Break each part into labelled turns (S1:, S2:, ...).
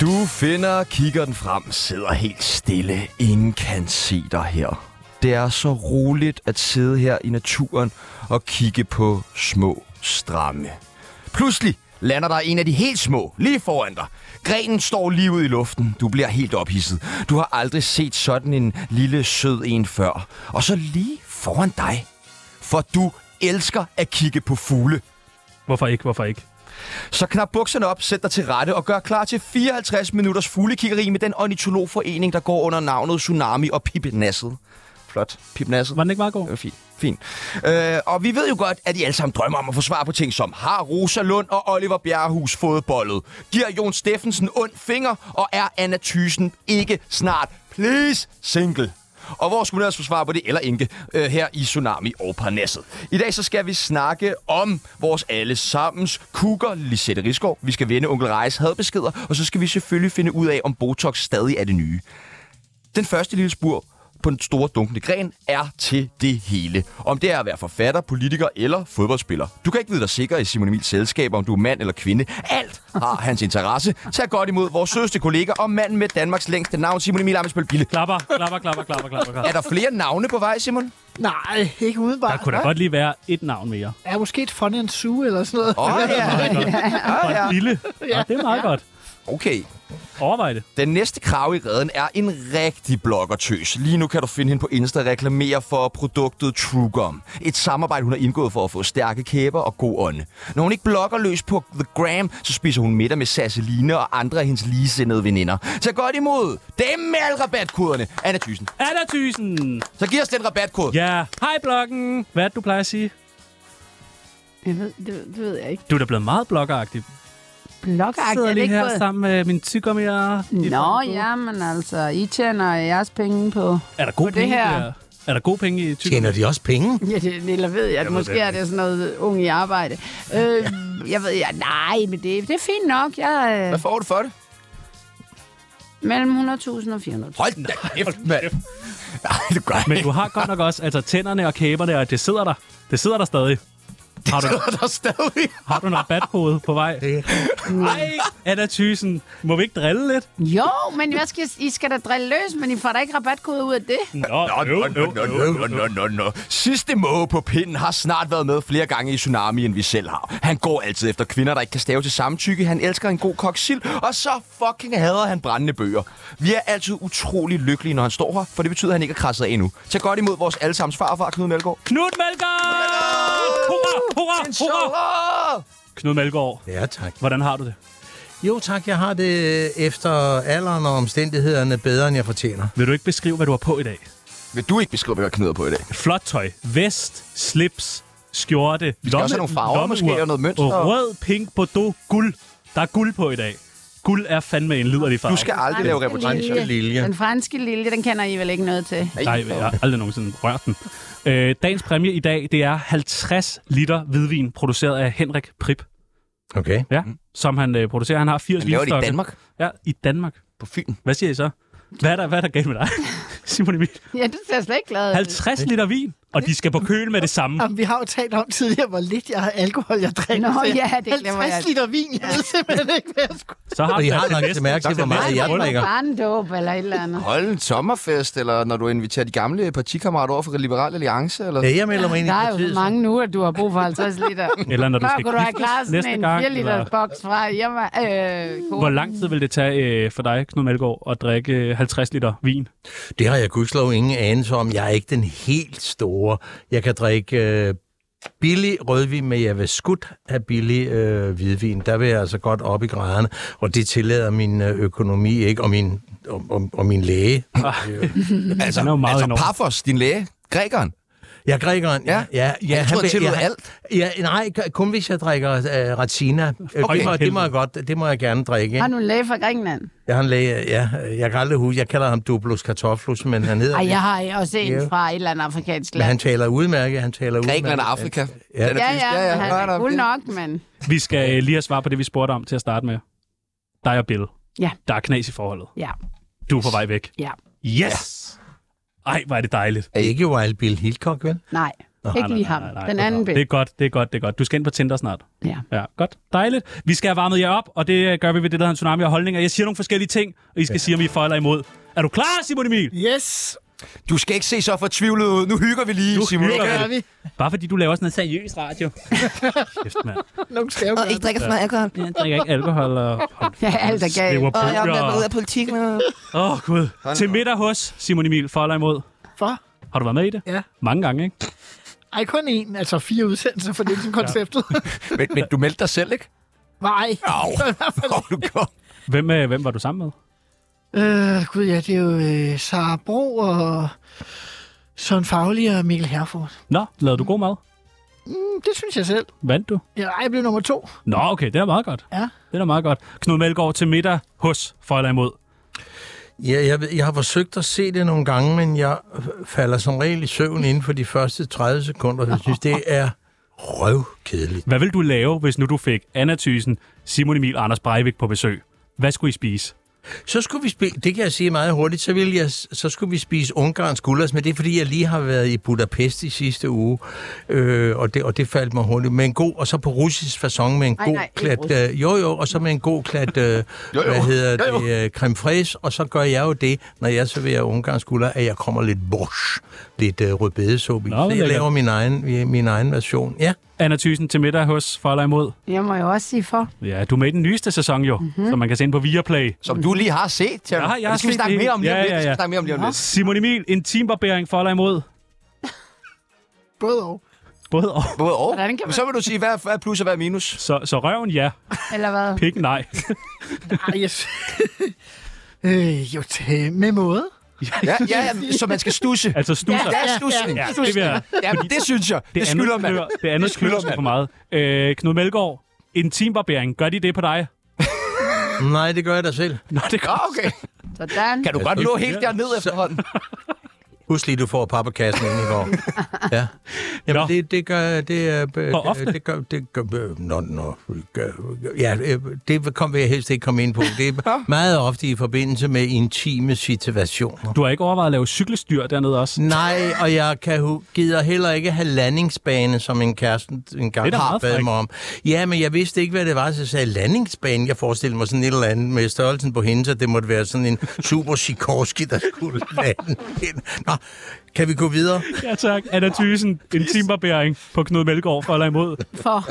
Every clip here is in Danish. S1: Du finder, kigger den frem, sidder helt stille. Ingen kan se dig her. Det er så roligt at sidde her i naturen og kigge på små stramme. Pludselig lander der en af de helt små lige foran dig. Grenen står lige ud i luften. Du bliver helt ophidset. Du har aldrig set sådan en lille sød en før. Og så lige foran dig. For du elsker at kigge på fugle.
S2: Hvorfor ikke? Hvorfor ikke?
S1: Så knap bukserne op, sæt dig til rette og gør klar til 54 minutters fuglekiggeri med den ornitologforening, der går under navnet Tsunami og Pip Nasset. Flot. Pip Nasset.
S2: Var den ikke meget god?
S1: Det var fint. Fint. Øh, og vi ved jo godt, at I alle sammen drømmer om at få svar på ting som Har Rosa Lund og Oliver Bjerrehus fået bollet? Giver Jon Steffensen ond finger? Og er Anna Thysen ikke snart please single? Og hvor skulle man ellers få svar på det, eller ikke, øh, her i Tsunami og Parnasset. I dag så skal vi snakke om vores allesammens kukker, Lisette Risgaard. Vi skal vende Onkel Rejs hadbeskeder, og så skal vi selvfølgelig finde ud af, om Botox stadig er det nye. Den første lille spur på den store dunkende gren er til det hele. Om det er at være forfatter, politiker eller fodboldspiller. Du kan ikke vide dig sikker i Simon Emils selskab, om du er mand eller kvinde. Alt har hans interesse. Tag godt imod vores søste kollega og manden med Danmarks længste navn, Simon Emil Amitsbøl Bille.
S2: Klapper, klapper, klapper, klapper, klapper. klapper.
S1: Er der flere navne på vej, Simon?
S3: Nej, ikke udenbart.
S2: Der kunne da godt lige være et navn mere.
S3: Er måske et fun and zoo eller sådan noget.
S1: Åh oh, ja.
S2: Og
S1: ja.
S2: et lille. Ja, det er meget godt.
S1: Okay.
S2: Overvej det.
S1: Den næste krav i redden er en rigtig bloggertøs. Lige nu kan du finde hende på Insta og reklamere for produktet TrueGum. Et samarbejde, hun har indgået for at få stærke kæber og god ånd. Når hun ikke blogger løs på The Gram, så spiser hun middag med Sasseline og andre af hendes ligesindede veninder. Så godt imod dem med alle rabatkoderne. Anna Thyssen.
S2: Anna Thysen!
S1: Så giv os den rabatkode.
S2: Ja, hej bloggen! Hvad er det, du plejer at sige?
S4: Jeg ved, det, ved- det ved jeg ikke.
S2: Du er da blevet meget bloggeragtig. Jeg
S4: Blokagt,
S2: sidder
S4: er det
S2: lige
S4: ikke
S2: her
S4: både...
S2: sammen med min tyggegummier.
S4: Nå, jamen altså, I tjener jeres penge på...
S2: Er der gode
S4: På det
S2: penge
S4: her.
S2: der? Er der gode penge i tyggegummi?
S5: Tjener de også penge?
S4: Ja, det, eller ved jeg, at måske er det sådan noget unge i arbejde. Øh, jeg ved, ja, nej, men det, det er fint nok. Jeg
S1: Hvad
S4: er øh,
S1: får du for det?
S4: mellem 100.000 og 400.000.
S1: Hold da kæft, mand. Nej, du gør
S2: Men
S1: ikke.
S2: du har godt nok også altså, tænderne og kæberne, og det sidder der. Det sidder der stadig. Har du,
S1: Der er stadig.
S2: har du en rabatkode på vej? Nej, Anna Thysen. Må vi ikke drille lidt?
S4: Jo, men jeg skal, I skal da drille løs, men I får da ikke rabatkode ud af det.
S2: Nå,
S1: Nå, nå, nå, nå, nå, nå, nå, nå. Sidste måge på pinden har snart været med flere gange i Tsunami, end vi selv har. Han går altid efter kvinder, der ikke kan stave til samtykke. Han elsker en god koksild, og så fucking hader han brændende bøger. Vi er altid utrolig lykkelige, når han står her, for det betyder, at han ikke er krasset af endnu. Tag godt imod vores allesammens farfar, Knud Melgaard.
S2: Knud Melgaard! Hurra, hurra, hurra!
S1: Inshallah!
S2: Knud Melgaard,
S5: Ja, tak.
S2: hvordan har du det?
S5: Jo, tak. Jeg har det efter alderen og omstændighederne bedre, end jeg fortjener.
S2: Vil du ikke beskrive, hvad du har på i dag?
S1: Vil du ikke beskrive, hvad jeg knyder på i dag?
S2: Flot tøj, vest, slips, skjorte,
S1: skal også have nogle farver
S2: lommeur
S1: måske, og noget mønster.
S2: Og rød, pink, bordeaux, guld. Der er guld på i dag. Guld er fandme en liderlig farve.
S1: Du skal aldrig lave reportage.
S5: franske lilje.
S4: Den franske lilje, den kender I vel ikke noget til.
S2: Nej, jeg har aldrig nogensinde rørt den. Øh, dagens præmie i dag, det er 50 liter hvidvin, produceret af Henrik Prip,
S5: Okay.
S2: ja, som han øh, producerer. Han har 80
S1: Mm. Han laver det i
S2: vinstokke.
S1: Danmark
S2: Ja, i Danmark.
S1: på Fyn.
S2: Hvad siger I så? Hvad er der, hvad er der galt med dig, Simon Emil?
S4: Ja, det ser jeg slet ikke glad ud.
S2: 50 liter vin, og de skal på køl med det samme.
S3: Jamen, vi har jo talt om tidligere, hvor lidt jeg har alkohol, jeg drikker.
S4: Nå,
S3: Så jeg-
S4: ja, det glemmer jeg.
S3: 50 liter vin, jeg ved simpelthen ikke, hvad jeg skulle.
S2: Så har
S5: Og
S2: du altså
S5: I
S2: da
S5: har
S2: det
S5: lagt
S2: næste-
S5: til mærke til, hvor
S4: altså,
S2: næste
S5: meget jeg
S2: runde.
S5: drikker.
S4: Barndåb eller et eller andet.
S1: Hold en sommerfest, eller når du inviterer de gamle partikammerater over for Liberal Alliance, eller
S5: Ja, jeg melder mig ind i
S4: Der er jo
S5: partiet.
S4: så mange nu, at du har brug for 50 liter.
S2: Eller når du
S4: Før
S2: skal
S4: kunne du have
S2: giftes
S4: klaret sådan
S2: næste
S4: en
S2: gang,
S4: 4 liters
S2: eller-
S4: boks fra hjemme. Øh,
S2: Hvor
S4: kone.
S2: lang tid vil det tage øh, for dig, Knud Malgaard, at drikke øh, 50 liter vin?
S5: Det har jeg gudslov ingen anelse om. Jeg er ikke den helt store. Jeg kan drikke øh, billig rødvin, men jeg vil skudt have billig øh, hvidvin. Der vil jeg altså godt op i graderne, og det tillader min øh, økonomi ikke, og min, og, og, og min læge.
S1: Altså,
S2: Han er jo meget
S1: altså
S2: enorm.
S1: Paphos, din læge, grækeren.
S5: Ja, grækeren.
S1: Ja.
S5: ja, ja
S1: Han troede, han tillod
S5: ja, Ja, nej, k- kun hvis jeg drikker øh, Ratina. Okay. Det, må, det må jeg godt, det må jeg gerne drikke.
S4: Har
S5: ikke?
S4: du en læge fra Grækenland?
S5: Jeg har en læge, ja, øh, jeg kan aldrig huske, jeg kalder ham Duplos Kartoflus, men han hedder
S4: Ej,
S5: det.
S4: jeg har også en
S5: Ja.
S4: fra et eller andet afrikansk
S5: Men
S4: land.
S5: han taler udmærket, han taler udmærket.
S1: Grækenland og Afrika.
S5: Ja.
S1: Den er
S4: Ja,
S1: fisk.
S4: ja, men
S1: Nå,
S4: han
S1: nå,
S4: er cool
S1: det-
S4: nok, men...
S2: Vi skal øh, lige have svar på det, vi spurgte om til at starte med. Dig og Bill.
S4: Ja.
S2: Der er knas i forholdet.
S4: Ja,
S2: Du er på vej væk.
S4: ja.
S2: Yes! Ej, hvor er det dejligt.
S5: Ikke Wild Bill Hickok, vel?
S4: Nej, ikke lige ham. Den
S2: det er
S4: anden
S2: godt. Det er
S4: bil.
S2: godt, det er godt, det er godt. Du skal ind på Tinder snart.
S4: Ja.
S2: Ja, godt. Dejligt. Vi skal have varmet jer op, og det øh, gør vi ved det, der hedder en tsunami og holdninger. Jeg siger nogle forskellige ting, og I skal ja. sige, om I er for eller imod. Er du klar, Simon Emil?
S3: Yes,
S1: Du skal ikke se så fortvivlet ud. Nu hygger vi lige,
S2: Nu
S1: Simon.
S2: hygger
S3: det
S2: vi.
S3: gør vi.
S2: Bare fordi du laver sådan noget seriøs radio. Kæft, mand.
S3: Nogen skal jo
S6: Og
S3: gøre
S6: ikke drikker for meget alkohol.
S2: Jeg drikker ikke alkohol og...
S4: Ja, alt er galt.
S2: Skriver
S6: Og jeg er
S2: bøger.
S6: blevet ud af politik nu.
S2: Åh, oh, gud. Til middag hos Simon Emil, for eller imod.
S3: det. For?
S2: Har du været med i det?
S3: Ja.
S2: Mange gange, ikke?
S3: Ej, kun én, altså fire udsendelser for det er ligesom konceptet.
S1: Men, men du meldte dig selv, ikke?
S3: Nej.
S1: Au.
S3: Så i hvert fald-
S1: Åh, du kom.
S2: Hvem, øh, hvem var du sammen med?
S3: Øh, gud ja, det er jo øh, Sara Bro og Søren Fagli og Mikkel Herford.
S2: Nå, lavede du god mad?
S3: Mm, det synes jeg selv.
S2: Vandt du?
S3: Ja, ej, jeg blev nummer to.
S2: Nå, okay, det er meget godt.
S3: Ja.
S2: Det er da meget godt. Knud Melgaard til middag hos, for eller imod.
S5: Ja, jeg, ved- jeg har forsøgt at se det nogle gange, men jeg f- falder som regel i søvn inden for de første 30 sekunder. Jeg synes, det er røvkedeligt.
S2: Hvad vil du lave, hvis nu du fik Anna Thysen, Simon Emil og Anders Breivik på besøg? Hvad skulle I spise?
S5: Så skulle vi spise, det kan jeg sige meget hurtigt, så, ville jeg, så skulle vi spise ungarsk gulas, men det er fordi, jeg lige har været i Budapest i sidste uge, øh, og, det, og det faldt mig hurtigt. Med en god, og så på russisk façon med en
S4: Ej,
S5: god
S4: nej, ikke
S5: klat, øh, jo jo, og så med en god klat, øh,
S1: Jo, jo.
S5: hvad hedder
S1: Jo, jo.
S5: det, øh, creme fraise, og så gør jeg jo det, når jeg serverer ungarsk gulas, at jeg kommer lidt borsch, lidt øh, rødbedesuppe i.
S2: Nå,
S5: Så
S2: hvor
S5: jeg
S2: lækkert.
S5: laver min egen, min egen version. Ja.
S2: Anna Thysen til middag hos, for eller imod?
S4: Jeg må jo også sige for.
S2: Ja, du er med i den nyeste sæson jo, mm-hmm. som man kan se ind på Viaplay.
S1: Som du lige har set, Tjerno.
S2: Jeg har- jeg har
S1: det skal vi
S2: set
S1: snakke
S2: det
S1: mere
S2: hele.
S1: om lige om
S2: Ja,
S1: lidt.
S2: ja,
S1: Det skal
S2: ja.
S1: vi snakke mere om lige om lidt.
S2: Simon Emil, en teambarbering for eller imod?
S3: Både og.
S2: Både og.
S1: Både og.
S4: Hvordan kan man-
S1: Så vil du sige, hvad, er- hvad er plus og hvad er minus?
S2: Så, så røven ja,
S4: Eller hvad?
S2: pik nej.
S3: Ej, jeg... sy- øh, jo, til, med måde.
S1: Ja, ja, ja, så man skal stusse.
S2: Altså stusser.
S1: Ja, stussen.
S2: Ja, det vil jeg.
S1: Ja, men det synes jeg. Det,
S2: Det,
S1: det skylder
S2: andet
S1: man.
S2: klør, det andet
S1: Det skylder
S2: klør sgu
S1: man.
S2: for meget. Øh, Knud Melgaard, intimbarbering, gør de det på dig?
S5: Nej, det gør jeg da selv.
S2: Nå, det
S1: Nå,
S2: gør
S1: okay.
S4: Sådan.
S1: Kan du godt nå helt derned efterhånden?
S5: Husk lige, du får pappakassen inden i går. Ja. Jamen,
S2: Nå.
S5: det, det gør... Det, er, øh,
S2: Hvor ofte?
S5: Det gør... Det gør øh, nå, nå, gør, ja, øh, det kom, vil jeg helst ikke komme ind på. Det er meget ofte i forbindelse med intime situationer.
S2: Du har ikke overvejet at lave cykelstyr dernede også?
S1: Mm.
S5: Nej, og jeg kan, hu- gider heller ikke have landingsbane, som en kæreste
S2: Det er
S5: engang
S2: da
S5: har
S2: meget
S5: bedt
S2: frækt.
S5: mig om. Ja, men jeg vidste ikke, hvad det var, så jeg sagde landingsbane. Jeg forestillede mig sådan et eller andet med størrelsen på hende, så det måtte være sådan en super Sikorski, der skulle lande. hende. Nå, kan vi gå videre?
S2: Ja tak. Anna Thysen, intimbarbering på Knud Melgaard, for eller imod?
S4: For.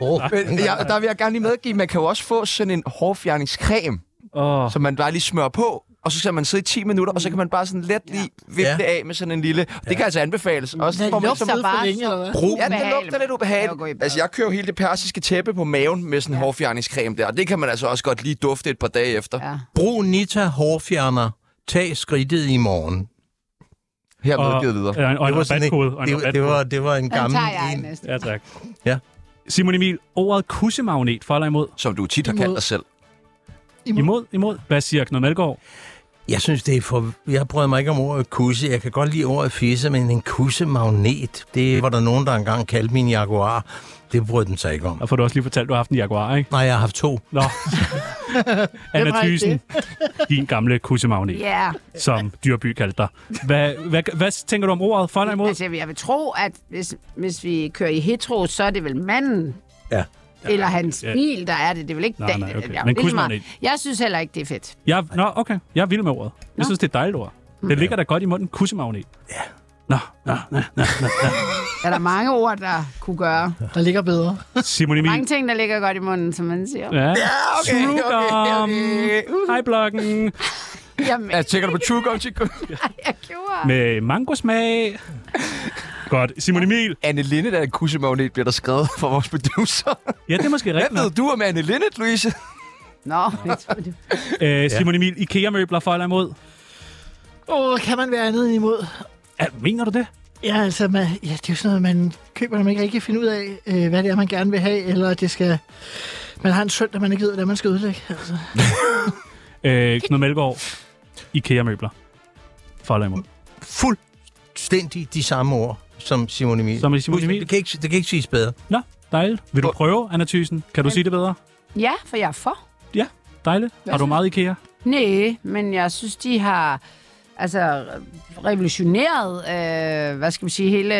S5: Oh.
S1: Men jeg, der vil jeg gerne lige medgive, man kan jo også få sådan en hårfjerningscreme,
S2: Åh,
S1: som man bare lige smører på, og så skal man sidde i 10 minutter, og så kan man bare sådan let lige vippe
S5: Ja.
S1: det af med sådan en lille... Det kan altså anbefales. Også,
S3: Den
S1: får man
S3: lugter
S1: som-
S3: ved for
S4: bare
S3: længe,
S4: så-
S3: eller hvad?
S5: Brug
S1: Ja, det
S4: Ubehageligt.
S1: lugter lidt
S4: Jeg går i
S1: ubehageligt.
S4: bad.
S1: Altså, jeg kører jo hele det persiske tæppe på maven med sådan en hårfjerningscreme der, og det kan man altså også godt lige dufte et par dage efter.
S4: Ja.
S5: Brug Nita hårfjerner. Tag skridtet i morgen.
S1: Her
S2: og,
S1: medgivet videre.
S2: og en- og en
S5: sådan en,
S2: rabatkode. og en
S5: det, var- det,
S2: rabatkode.
S5: var, det var en
S4: Den
S5: gammel...
S4: tager jeg
S5: en.
S4: næste.
S2: Ja, tak.
S5: Ja.
S2: Simon Emil, ordet kussemagnet, for eller imod?
S1: Som du tit har kaldt dig selv.
S2: Imod, imod. Hvad siger Knud Melgaard?
S5: Jeg synes, det er for... Jeg bryder mig ikke om ordet kusse. Jeg kan godt lide ordet fisse, men en kussemagnet, det var der nogen, der engang kaldte min Jaguar. Det brød den sig ikke om.
S2: Og får du også lige fortalt, at du har haft en jaguar, ikke?
S5: Nej, jeg har haft to.
S2: Nå.
S3: Hvem
S2: Anna
S3: har ikke
S2: Thysen, din gamle kussemagnet, yeah.
S4: Ja.
S2: som Dyrby kaldte dig. Hvad, hvad, hvad tænker du om ordet, for eller imod?
S4: Altså, jeg vil tro, at hvis, hvis vi kører i hetero, så er det vel manden,
S5: Ja.
S4: eller hans
S2: ja.
S4: bil, der er det. Det er vel ikke
S2: Nej,
S4: den-
S2: nej, okay.
S4: jeg-
S2: Men
S4: det er lige
S2: kusmanden
S4: meget. Jeg synes heller ikke, det er fedt.
S2: Jeg, nå, okay. Jeg er vild med ordet. Jeg synes, det er et dejligt ord. Det ligger da godt i munden. Kussemagnet. Ja. Nå, nå, nå, nå.
S4: Er der mange ord, der kunne gøre?
S3: Der ligger bedre.
S2: Simon Emil.
S4: Mange ting, der ligger godt i munden, som man siger.
S2: Ja,
S1: okay, okay, okay.
S2: True Hej, bloggen.
S4: Jamen,
S1: Altså, tænker du på True Gum Chico?
S4: jeg gjorde...
S2: Med mangosmag. Godt. Simon Emil.
S1: Anne Linde, der er en kussemagnet, bliver der skrevet fra vores producer.
S2: Ja, det er måske
S1: Hvad
S2: rigtigt.
S1: ved du om Anne Linde, Louise?
S4: Nå, jeg troede, det
S2: Øh, Simon Emil, IKEA-møbler for eller imod?
S3: Åh, oh, kan man være andet imod?
S2: Ja, mener du det?
S3: Ja, altså, man, ja, det er jo sådan noget, man køber, når man ikke rigtig kan finde ud af, øh, hvad det er, man gerne vil have, eller det skal... Man har en søndag, man ikke ved, hvad man skal udlægge. Altså.
S2: Øh, Knud Melgaard, IKEA-møbler. For eller imod?
S5: Fuldstændig de samme ord som Simon Emil.
S2: Som i Simon
S5: Husk,
S2: Emil?
S5: Det kan ikke, det kan ikke siges bedre.
S2: Nå, dejligt. Vil du prøve, Anna Thysen? Kan du sige det bedre?
S4: Ja, for jeg er for.
S2: Ja, dejligt. Har du meget IKEA?
S4: Nej, men jeg synes, de har altså revolutioneret, øh, hvad skal man sige, hele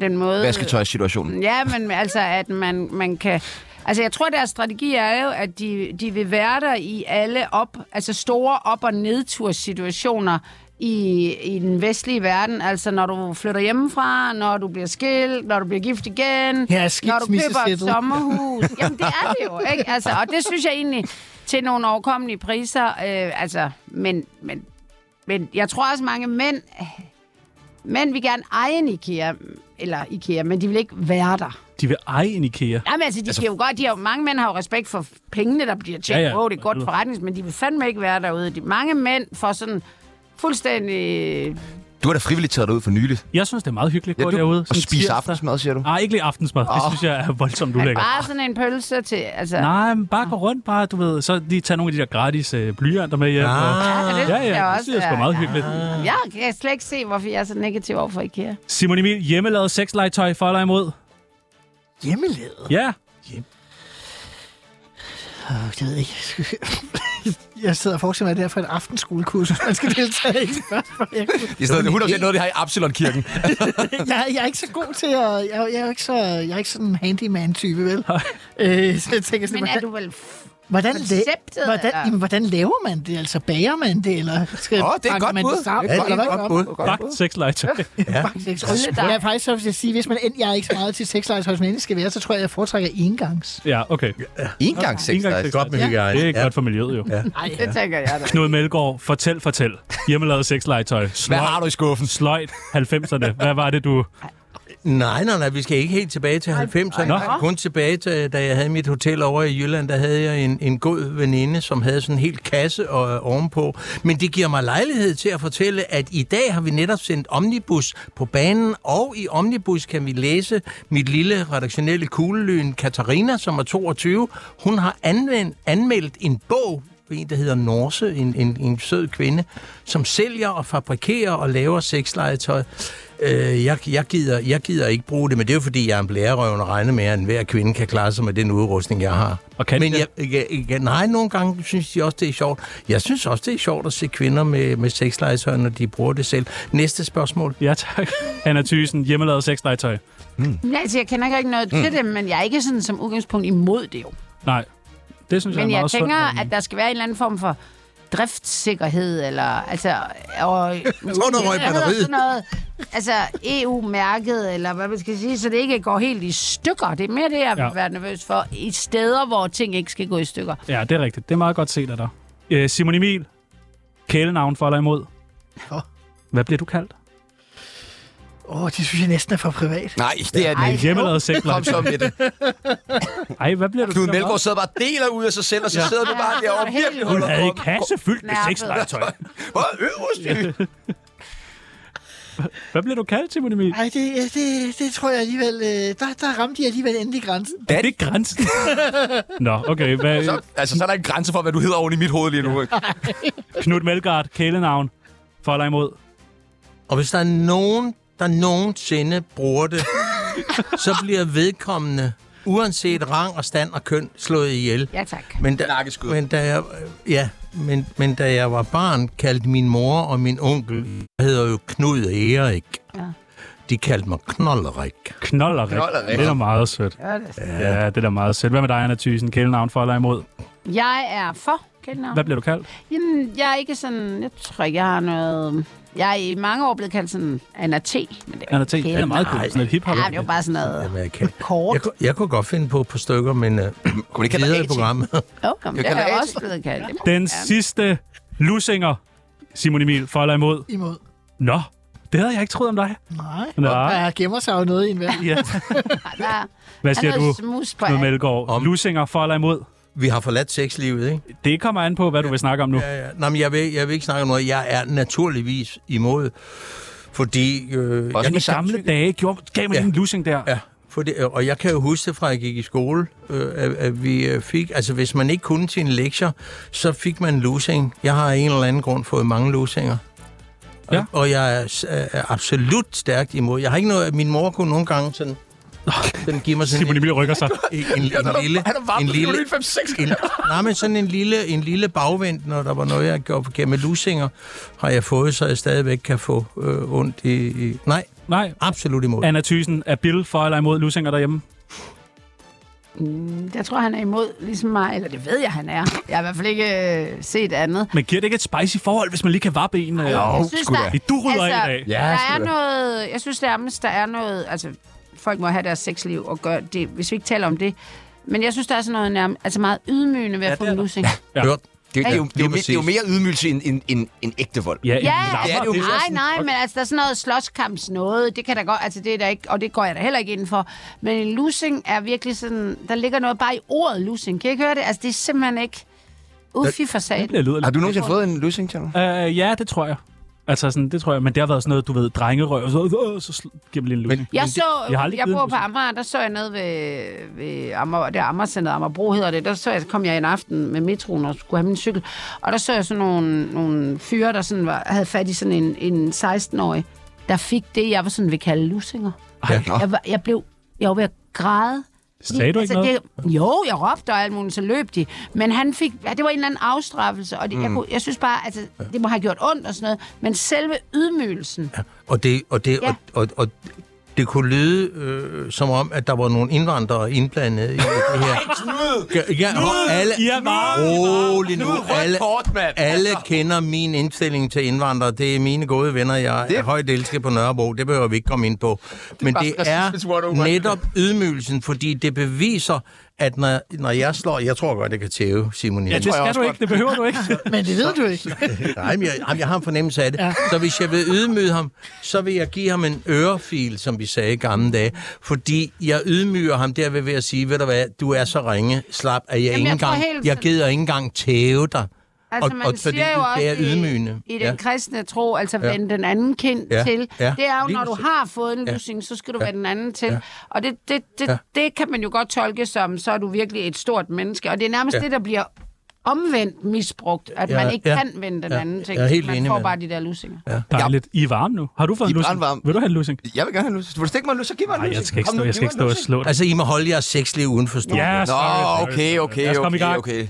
S4: den
S2: Øh.
S4: måde...
S1: Vasketøjssituationen.
S4: Ja, men altså, at man, man kan... Altså, jeg tror, deres strategi er jo, at de, de vil være der i alle op, altså store op- og nedturssituationer i, i den vestlige verden. Altså, når du flytter hjemmefra, når du bliver skilt, når du bliver gift igen,
S3: Ja,
S4: når du køber et
S3: skilsmisseskiltet.
S4: sommerhus. Jamen, det er det jo, ikke? Altså, og det synes jeg egentlig til nogle overkommelige priser. Øh, altså, men, men, men jeg tror også, mange mænd men vi gerne eje en IKEA, eller IKEA, men de vil ikke være der.
S2: De vil eje en IKEA.
S4: Jamen altså, de altså, jo godt, de har, jo- mange mænd har jo respekt for pengene, der bliver tjent.
S2: Ja,
S4: Ja,
S2: ja.
S4: ja. Oh, det er godt
S2: Absolut.
S4: forretnings, men de vil fandme ikke være derude. De, mange mænd får sådan fuldstændig...
S1: Du har da frivilligt taget dig ud for nyligt.
S2: Jeg synes, det er meget hyggeligt at
S1: Ja,
S2: gå
S1: du-
S2: derude.
S1: Og
S2: sådan
S1: spise
S2: tirsdag.
S1: aftensmad, siger du?
S2: Nej, ikke lige aftensmad. Det
S1: Åh.
S2: synes jeg er voldsomt
S4: At
S2: ulækkert.
S4: bare sådan en pølse til... Altså,
S2: Nej, men bare gå rundt, bare, du ved, så lige tage nogle af de der gratis øh, blyanter med hjem.
S5: Ah.
S2: og- Ja,
S4: Ja, det synes jeg
S2: ja, det
S4: også,
S2: synes jeg er sgu
S4: ja.
S2: meget hyggeligt.
S4: Jeg kan slet ikke se, hvorfor jeg er så negativ over for IKEA.
S2: Simon Emil, hjemmelavet sexlegetøj for eller imod?
S3: Hjemmelavet?
S2: Ja,
S3: Åh, det ved jeg ikke. Jeg sidder og forestiller mig, at det er for et aftenskolekursus, man skal deltage i. Jeg,
S1: I stedet for 100% noget, de har i Absalon-kirken.
S3: jeg, jeg er ikke så god til at... Jeg, jeg er jo ikke så, jeg er ikke sådan en handyman-type, vel? Øh, så jeg tænker sådan,
S4: Men er du
S3: hvordan,
S4: vel...
S3: hvordan, la-
S4: konceptet,
S3: hvordan,
S4: eller?
S3: jamen, hvordan laver man det? Altså, bager man det, eller skal
S1: Åh, det er et
S3: pakker
S1: godt
S3: man
S1: bud.
S3: det sammen?
S1: Det er et
S3: eller
S1: godt-
S3: hvad?
S1: godt bud.
S2: bagt sexlegetøj.
S3: Ja. Faktisk,
S4: Trylle dig.
S3: jeg er faktisk så, hvis jeg siger, hvis man end, jeg er ikke så meget til sexlegetøj, som endelig skal være, så tror jeg, jeg foretrækker engangs.
S2: Ja, okay.
S1: Engangs
S2: Engangssex.
S5: Godt med hygiejne.
S2: Det er
S5: Ja.
S2: godt for miljøet jo.
S4: Ja. Det tænker jeg da.
S2: Knud Melgaard, fortæl, fortæl. Hjemmelavet sexlegetøj.
S1: Hvad
S2: Sløjt,
S1: har du i skuffen?
S2: sløjt 90'erne. Hvad var det, du...
S5: Nej, nej, nej, vi skal ikke helt tilbage til 90'erne.
S2: Nå.
S5: Nej, Kun tilbage til, da jeg havde mit hotel over i Jylland, der havde jeg en, en god veninde, som havde sådan en hel kasse og, øh, ovenpå. Men det giver mig lejlighed til at fortælle, at i dag har vi netop sendt Omnibus på banen, og i Omnibus kan vi læse mit lille redaktionelle kuglelyn Katarina, som er 22. Hun har anvendt, anmeldt en bog en, der hedder Norse, en, en, en sød kvinde, som sælger og fabrikerer og laver sexlegetøj. Øh, jeg, jeg, gider, jeg gider ikke bruge det, men det er jo fordi, jeg er en blærerøven og regner med, at enhver kvinde kan klare sig med den udrustning, jeg har.
S2: Og kan de
S5: men jeg, jeg, jeg, nej, nogle gange synes de også, det er sjovt. Jeg synes også, det er sjovt at se kvinder med, med sexlegetøj, når de bruger det selv. Næste spørgsmål.
S2: Ja, tak. Anna Thysen, hjemmelavet sexlegetøj.
S4: Nej, altså, jeg kender ikke noget til det, men jeg er ikke sådan som udgangspunkt imod det jo.
S2: Nej, det synes jeg
S4: Men
S2: er
S4: jeg
S2: meget
S4: tænker,
S2: sundt.
S4: at der skal være en eller anden form for driftssikkerhed, eller altså... Og,
S5: Underrøg
S4: Hvad hedder
S5: batteriet.
S4: sådan noget, altså EU-mærket, eller hvad man skal sige, så det ikke går helt i stykker. Det er mere det, jeg vil
S2: Ja.
S4: være nervøs for, i steder, hvor ting ikke skal gå i stykker.
S2: Ja, det er rigtigt. Det er meget godt set af dig. Øh, Simon Emil, kælenavn for eller imod?
S3: Nå.
S2: Hvad bliver du kaldt?
S3: Åh, oh, det synes jeg næsten er for privat.
S1: Nej, det er den
S4: Ej,
S1: ikke.
S2: Hjemmelavet
S1: Kom så
S2: sexlegetøj.
S1: med det.
S2: Ej, hvad bliver du?
S1: Knud
S2: kaldt?
S1: Melgaard sidder bare og deler ud af sig selv, og så sidder du bare
S4: Ja,
S1: derovre
S4: helt
S1: virkelig
S2: Hun
S1: holder
S2: havde en
S1: op.
S2: kasse fyldt med
S4: Nærmest.
S2: sexlegetøj.
S1: Hvor øverst i
S2: Hvad bliver du kaldt, Simon Emil?
S3: Ej, det, det, det tror jeg alligevel... Øh, der, der ramte de alligevel endelig grænsen.
S2: Det er grænsen. Nå, okay. Hvad,
S1: Så, altså, så er der en grænse for, hvad du hedder oven i mit hoved lige nu. ikke?
S2: Knud Melgaard, kælenavn. For eller imod?
S5: Og hvis der er nogen, der nogensinde bruger det, så bliver vedkommende, uanset rang og stand og køn, slået ihjel.
S4: Ja, tak.
S5: Men da,
S1: Nakkeskud.
S5: men da jeg, ja, men, men da jeg var barn, kaldte min mor og min onkel, jeg hedder jo Knud og Erik.
S4: Ja.
S5: De kaldte mig Knollerik.
S2: Knollerik.
S1: Knollerik.
S2: Det er da meget sødt.
S4: Ja, det er-
S2: Ja, det er da meget sødt. Hvad med dig, Anna Thysen? Kælenavn for eller imod?
S4: Jeg er for kælenavn.
S2: Hvad bliver du kaldt?
S4: Jamen, jeg er ikke sådan... Jeg tror ikke, jeg har noget... Jeg er i mange år blevet kaldt sådan Anna T, men det er jo
S2: Anna
S4: ikke
S2: T. Det er meget
S4: kælenavn.
S2: cool. Sådan lidt hiphop.
S4: Ja, det er jo bare sådan noget...
S5: Jamen, jeg, kan,
S4: Kort.
S5: jeg, kunne- jeg kunne godt finde på et par stykker, men øh,
S1: Kunne ikke
S5: videre i
S1: kalde
S5: programmet.
S4: Jo, kom, det
S1: kalder
S4: er jeg
S1: A-T.
S4: også blevet kaldt. Det må
S2: Den sidste lusinger, Simon Emil, for eller imod?
S3: Imod.
S2: Nå, det havde jeg ikke troet om dig.
S3: Nej.
S2: Nå.
S3: Der gemmer sig jo noget i enhver.
S2: Ja.
S4: være. Der er-
S2: Hvad
S4: der
S2: siger
S4: er noget
S2: du,
S4: smus på
S2: Knud
S4: alt.
S2: Melgaard?
S5: Om-
S2: Lusinger, for eller imod?
S5: Vi har forladt sexlivet, ikke?
S2: Det kommer an på, hvad du vil snakke om nu.
S5: Ja, ja. Nå, men jeg vil, jeg vil ikke snakke om noget. Jeg er naturligvis imod, fordi... Øh,
S1: Også
S2: I
S1: med samme.
S2: gamle dage gjorde, gav man
S5: Ja.
S2: lige en lusing der.
S5: Ja, for det, og jeg kan jo huske det fra, jeg gik i skole, øh, at, at vi øh, fik, altså hvis man ikke kunne sine lektier, så fik man losing. Jeg har af en eller anden grund fået mange losinger.
S2: Ja.
S5: Og, og jeg er, s- er absolut stærkt imod. Jeg har ikke noget, min mor kunne nogle gange sådan Den giver mig sådan
S2: Simon
S5: en,
S2: Emil rykker sig.
S5: en, en, en lille...
S1: Han er varmt
S5: en
S1: på
S5: lille,
S1: 96.
S5: en, nej, men sådan en lille, en lille bagvendt, når der var noget, jeg gjorde forkert med lusinger, har jeg fået, så jeg stadigvæk kan få øh, ondt i, i... Nej,
S2: Nej.
S5: absolut imod.
S2: Anna Thysen, er Bill for eller imod lusinger derhjemme?
S4: Jeg tror, han er imod ligesom mig, eller det ved jeg, han er. Jeg har i hvert fald ikke øh, set andet.
S2: Men giver det ikke et spicy forhold, hvis man lige kan vappe en? Øh,
S1: Jo,
S4: Jeg synes,
S1: sgu
S4: der-
S1: da.
S2: det du rydder altså, en af.
S1: Ja,
S4: der
S1: sgu
S4: er
S1: da.
S4: noget, jeg synes nærmest, der er noget, altså folk må have deres sexliv og gøre det, hvis vi ikke taler om det. Men jeg synes, der er sådan noget nærmest, altså meget ydmygende ved at
S2: Ja,
S4: få
S2: det er
S4: en
S2: der.
S4: lussing.
S2: Ja.
S5: Hørt.
S1: Det, det, er jo, det, er
S5: lige
S1: jo, me- det er jo
S5: præcis.
S1: mere ydmygelse end, end, end, end ægte vold.
S2: Ja,
S4: Ja,
S2: en
S1: det er
S2: lapper.
S1: det jo.
S4: nej, nej, men altså, der er sådan noget slåskamps noget, det kan da godt, altså det er der ikke, og det går jeg da heller ikke ind for. Men en lussing er virkelig sådan, der ligger noget bare i ordet lussing, kan I ikke høre det? Altså det er simpelthen ikke, uffi for
S2: Det
S4: satan.
S2: bliver lyderligt.
S1: Har du nogensinde fået en løsning, Tjerno?
S2: Øh, ja, det tror jeg. Altså, sådan, det tror jeg. Men det har været sådan noget, du ved, drengerøv, og så, øh, så sl- giver man lige en lussing.
S4: Jeg
S5: Men
S4: så,
S2: jeg
S4: jeg,
S2: har aldrig
S4: jeg
S2: givet
S4: bor
S2: en
S4: på Amager, der så jeg nede ved, ved Amager, det er Amagercenteret, Amagerbro hedder det, der så jeg, kom jeg en aften med metroen og skulle have min cykel, og der så jeg sådan nogle, nogle fyre, der sådan var, havde fat i sådan en, en 16-årig, der fik det, jeg var sådan vil kalde lusinger.
S1: Ja, nå.
S4: Jeg, var, jeg blev, jeg var ved at græde. Altså,
S2: Sagde du ikke noget?
S4: Det, jo, jeg råbte og alt muligt, så løb de. Men han fik, ja, det var en eller anden afstraffelse, og det, mm. jeg, kunne, jeg synes bare, altså, det må have gjort ondt og sådan noget, men selve ydmygelsen,
S5: Og det, og det,
S4: Ja.
S5: ja. og, og, og det kunne lyde øh, som om, at der var nogle indvandrere indblandet i det her. Knud! Ja, og alle, Oh,
S2: I er meget-
S5: rolig nu. Alle,
S1: kort, mand.
S5: alle kender min indstilling til indvandrere. Det er mine gode venner. Jeg det... er højt elsket på Nørrebro. Det behøver vi ikke komme ind på. Men
S1: bare
S5: det
S1: racistisk
S5: er
S1: 101.
S5: netop ydmygelsen, fordi det beviser, at når, når jeg slår... Jeg tror godt, jeg kan tæve Simon
S2: Ja,
S5: Emil.
S2: det skal du ikke. Det behøver du ikke.
S3: Men det ved du ikke.
S5: Nej, men jeg, jamen, jeg har en fornemmelse af det. Ja. Så hvis jeg vil ydmyge ham, så vil jeg give ham en ørefil, som vi sagde i gamle dage. Fordi jeg ydmyger ham derved ved at sige, ved du hvad, du er så ringe, slap, at jeg,
S4: jeg
S5: ikke
S4: tror
S5: engang,
S4: helt-
S5: jeg gider ikke engang tæve dig.
S4: Altså,
S5: Og-
S4: man
S5: og fordi
S4: siger jo
S5: det
S4: også
S5: er
S4: i-
S5: ydmygende.
S4: i den
S5: Ja.
S4: kristne tro, altså ja. vende den anden kind ja.
S5: Ja.
S4: til. Ja.
S5: Ja.
S4: Det er jo,
S5: Lige
S4: når du
S5: præcis.
S4: har fået en lussing, så skal du ja. vende den anden til. Ja. Og det, det, det, ja. det kan man jo godt tolke som, så er du virkelig et stort menneske. Og det er nærmest ja. det, der bliver omvendt misbrugt, at ja.
S5: Ja,
S4: man ikke ja.
S5: ja.
S4: kan vende den
S5: Ja.
S4: anden til.
S5: Jeg er helt
S4: man
S5: enig
S4: får
S5: med
S4: bare
S5: dig.
S4: de der lussinger.
S2: Dejligt. I er varme nu. Har du fået
S1: I
S2: en
S1: er
S2: lussing?
S1: brandvarme.
S2: Vil du have en lussing?
S1: Jeg vil gerne have en løsning. Vil du stikke mig en løsning? Så giv mig en
S2: Nej,
S1: løsning.
S2: jeg skal ikke
S1: Kom
S2: stå,
S1: nu,
S2: jeg
S1: giv
S2: skal
S1: mig
S2: ikke stå
S1: en
S2: og
S1: løsning.
S2: slå dig.
S5: Altså, I må holde jeres sexliv uden for studiet.
S2: Ja,
S1: Nå,
S2: sorry, sorry,
S1: okay,
S2: sorry.
S1: okay,
S2: Lad os komme i
S1: okay,
S2: gang.
S1: okay.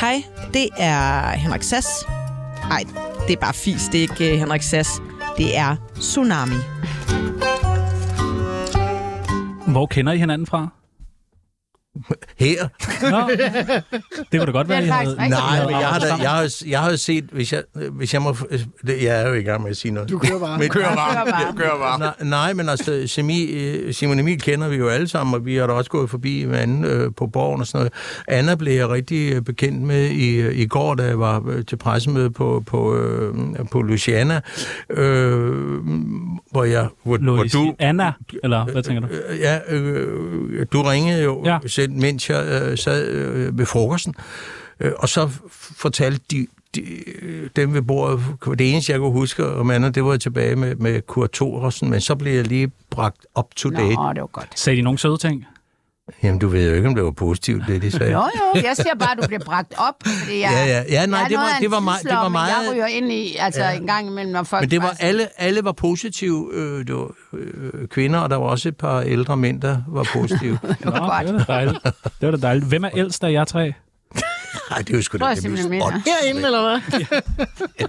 S6: Hej, det er Henrik Sass. Nej, det er bare fis, det er ikke øh, Henrik Sass. Det er Tsunami.
S2: Hvor kender I hinanden fra?
S5: Her?
S2: Nå. Det kunne da godt være,
S4: Det
S2: I
S4: er
S2: havde...
S4: faktisk rigtigt.
S5: Nej,
S4: havde
S5: men jeg har, da,
S2: arbejdet
S5: jeg, har, jo- jeg har jo set, hvis jeg, hvis jeg må... det- Jeg er jo i gang med at sige noget.
S3: Du kører bare.
S5: Men-
S1: Kør
S4: Kør
S1: bare.
S4: bare.
S1: Ja, Kør bare.
S5: Nej, nej, men altså, Semi, øh, Simon Emil kender vi jo alle sammen, og vi har da også gået forbi hinanden øh, på borgen og sådan noget. Anna blev jeg rigtig øh, bekendt med i, i går, da jeg var øh, til pressemøde på, på, øh, på Luciana, øh, hvor, jeg, hvor, hvor
S2: Louise,
S5: du...
S2: Anna, eller hvad tænker du?
S5: Øh, Ja, øh, du ringede jo
S2: Ja.
S5: ja. selv, mens jeg øh, sad øh, ved frokosten, øh, og så f- fortalte de, de, øh, dem ved bordet, det eneste jeg kunne huske om andet, det var tilbage med, med Kurt Thorsen, men så blev jeg lige bragt up to date.
S4: Nå, det var godt.
S2: Sagde de nogle søde ting?
S5: Jamen, du ved jo ikke, om det var positivt, det de sagde.
S4: Jo, jo, jeg siger bare, at du bliver bragt op, fordi jeg,
S5: Ja, ja. Ja, nej,
S4: jeg er
S5: det var-
S4: noget af en
S5: det var meget-
S4: tidslomme,
S5: det var meget-
S4: Jeg ryger ind i, altså ja. en gang imellem, når folk
S5: Men det var
S4: faktisk-
S5: alle, alle var positive. Øh, det var, øh, kvinder, og der var også et par ældre mænd, der var positive.
S2: Nå,
S4: godt.
S2: det var da dejligt. Det var da dejligt. Hvem er ældst af jer tre?
S5: Nej, det er jo sgu
S4: Tror
S5: da
S4: jeg
S5: det mest
S4: simpelthen mener.
S5: ånds-
S3: Herinde, eller hvad?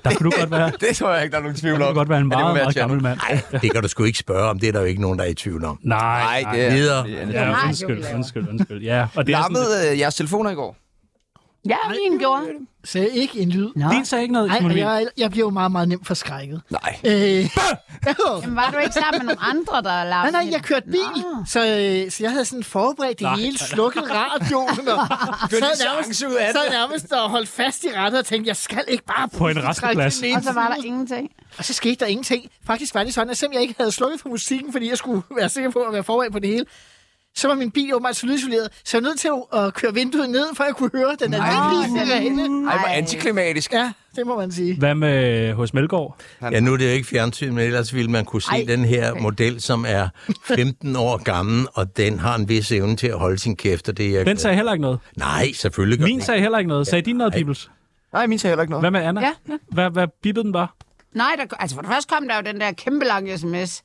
S2: Der kunne du godt være,
S1: Det tror jeg ikke, der er nogen tvivl
S2: du
S1: om.
S2: kunne godt være en
S1: Men det må
S2: meget,
S1: være
S2: meget
S1: Tjerno.
S2: gammel mand.
S5: Det kan du sgu ikke spørge om, det er der jo ikke nogen, der er i tvivl om.
S2: Nej,
S1: Nej, det er...
S5: Videre.
S1: det er-
S4: Nej, det
S2: Ja,
S4: er
S2: undskyld,
S4: jo lavere.
S2: undskyld, undskyld. Ja, og det er sådan,
S1: Lammede øh, jeres telefoner i går?
S4: Ja, min gjorde.
S3: Sagde ikke en lyd.
S4: Nå.
S2: din sagde ikke noget,
S3: Ej,
S2: Simon
S3: og
S2: Emil.
S3: jeg, jeg bliver jo meget, meget nemt forskrækket.
S1: Nej.
S3: Øh,
S4: Jamen, var du ikke sammen med nogle andre, der
S3: nej,
S4: lavede
S3: nej, jeg kørte bil,
S4: Nå.
S3: så, øh, så jeg havde sådan forberedt det
S2: Ah. Nej.
S3: hele, slukket radioen, og sad nærmest,
S1: ud af
S3: sad nærmest og holdt fast i rettet og tænkte, jeg skal ikke bare
S2: På en
S3: pludselig
S2: rasteplads.
S3: trække den ene
S4: Og så var
S3: side
S4: der ingenting.
S3: Og så skete der ingenting. Faktisk var det sådan, at selvom jeg ikke havde slukket for musikken, fordi jeg skulle være sikker på at være forberedt på det hele, så var min bil åbenbart så lydisoleret, så jeg var nødt til at at køre vinduet ned, for jeg kunne høre den almindelige sirene.
S1: Ej, hvor antiklimatisk.
S3: Ja, det må man sige.
S2: Hvad med øh, hos Melgaard?
S5: Ja, nu er det jo ikke fjernsyn, men ellers ville man kunne se Ej, den her okay. model, som er 15 år gammel, og den har en vis evne til at holde sin kæft, og det er jeg
S2: Den
S5: glad-
S2: sagde heller ikke noget.
S5: Nej, selvfølgelig gør den
S2: Min
S5: ikke.
S2: sagde heller ikke noget. Sagde din noget, Peoples?
S1: Nej, min sagde heller ikke noget.
S2: Hvad med Anna?
S4: Ja, ja.
S2: Hvad, hvad bippede den bare?
S4: Nej, der, altså for det første kom der jo den der kæmpe lange sms.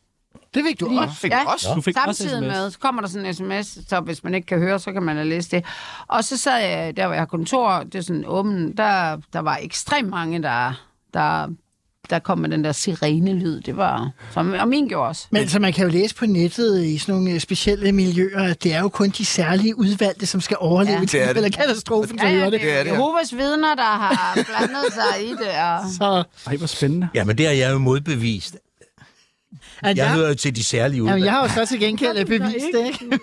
S3: Det fik du også.
S1: Fik du også?
S2: Du fik også
S4: samtidig
S2: sms.
S4: med, så kommer der sådan en sms, så hvis man ikke kan høre, så kan man da læse det. Og så sad jeg, der var jeg har kontor, det er sådan åben, der, der var ekstremt mange, der, der, der kom med den der sirenelyd, det var, som, og min gjorde også.
S3: Men så man kan jo læse på nettet i sådan nogle øh, specielle miljøer, at det er jo kun de særlige udvalgte, som skal overleve
S4: Ja.
S3: ja. i
S1: Det er det.
S3: tilfælde af katastrofen, der hører det.
S1: det er det.
S4: Jehovas vidner, der har blandet sig i det. Og...
S3: Så,
S2: Ej, hvor spændende.
S5: Jamen, det har jeg jo modbevist.
S3: at
S5: Jeg
S3: jeg,
S5: hører jo til de særlige
S3: jamen,
S5: udvalg.
S3: jeg har jo så til gengæld øh, bevist det, ikke?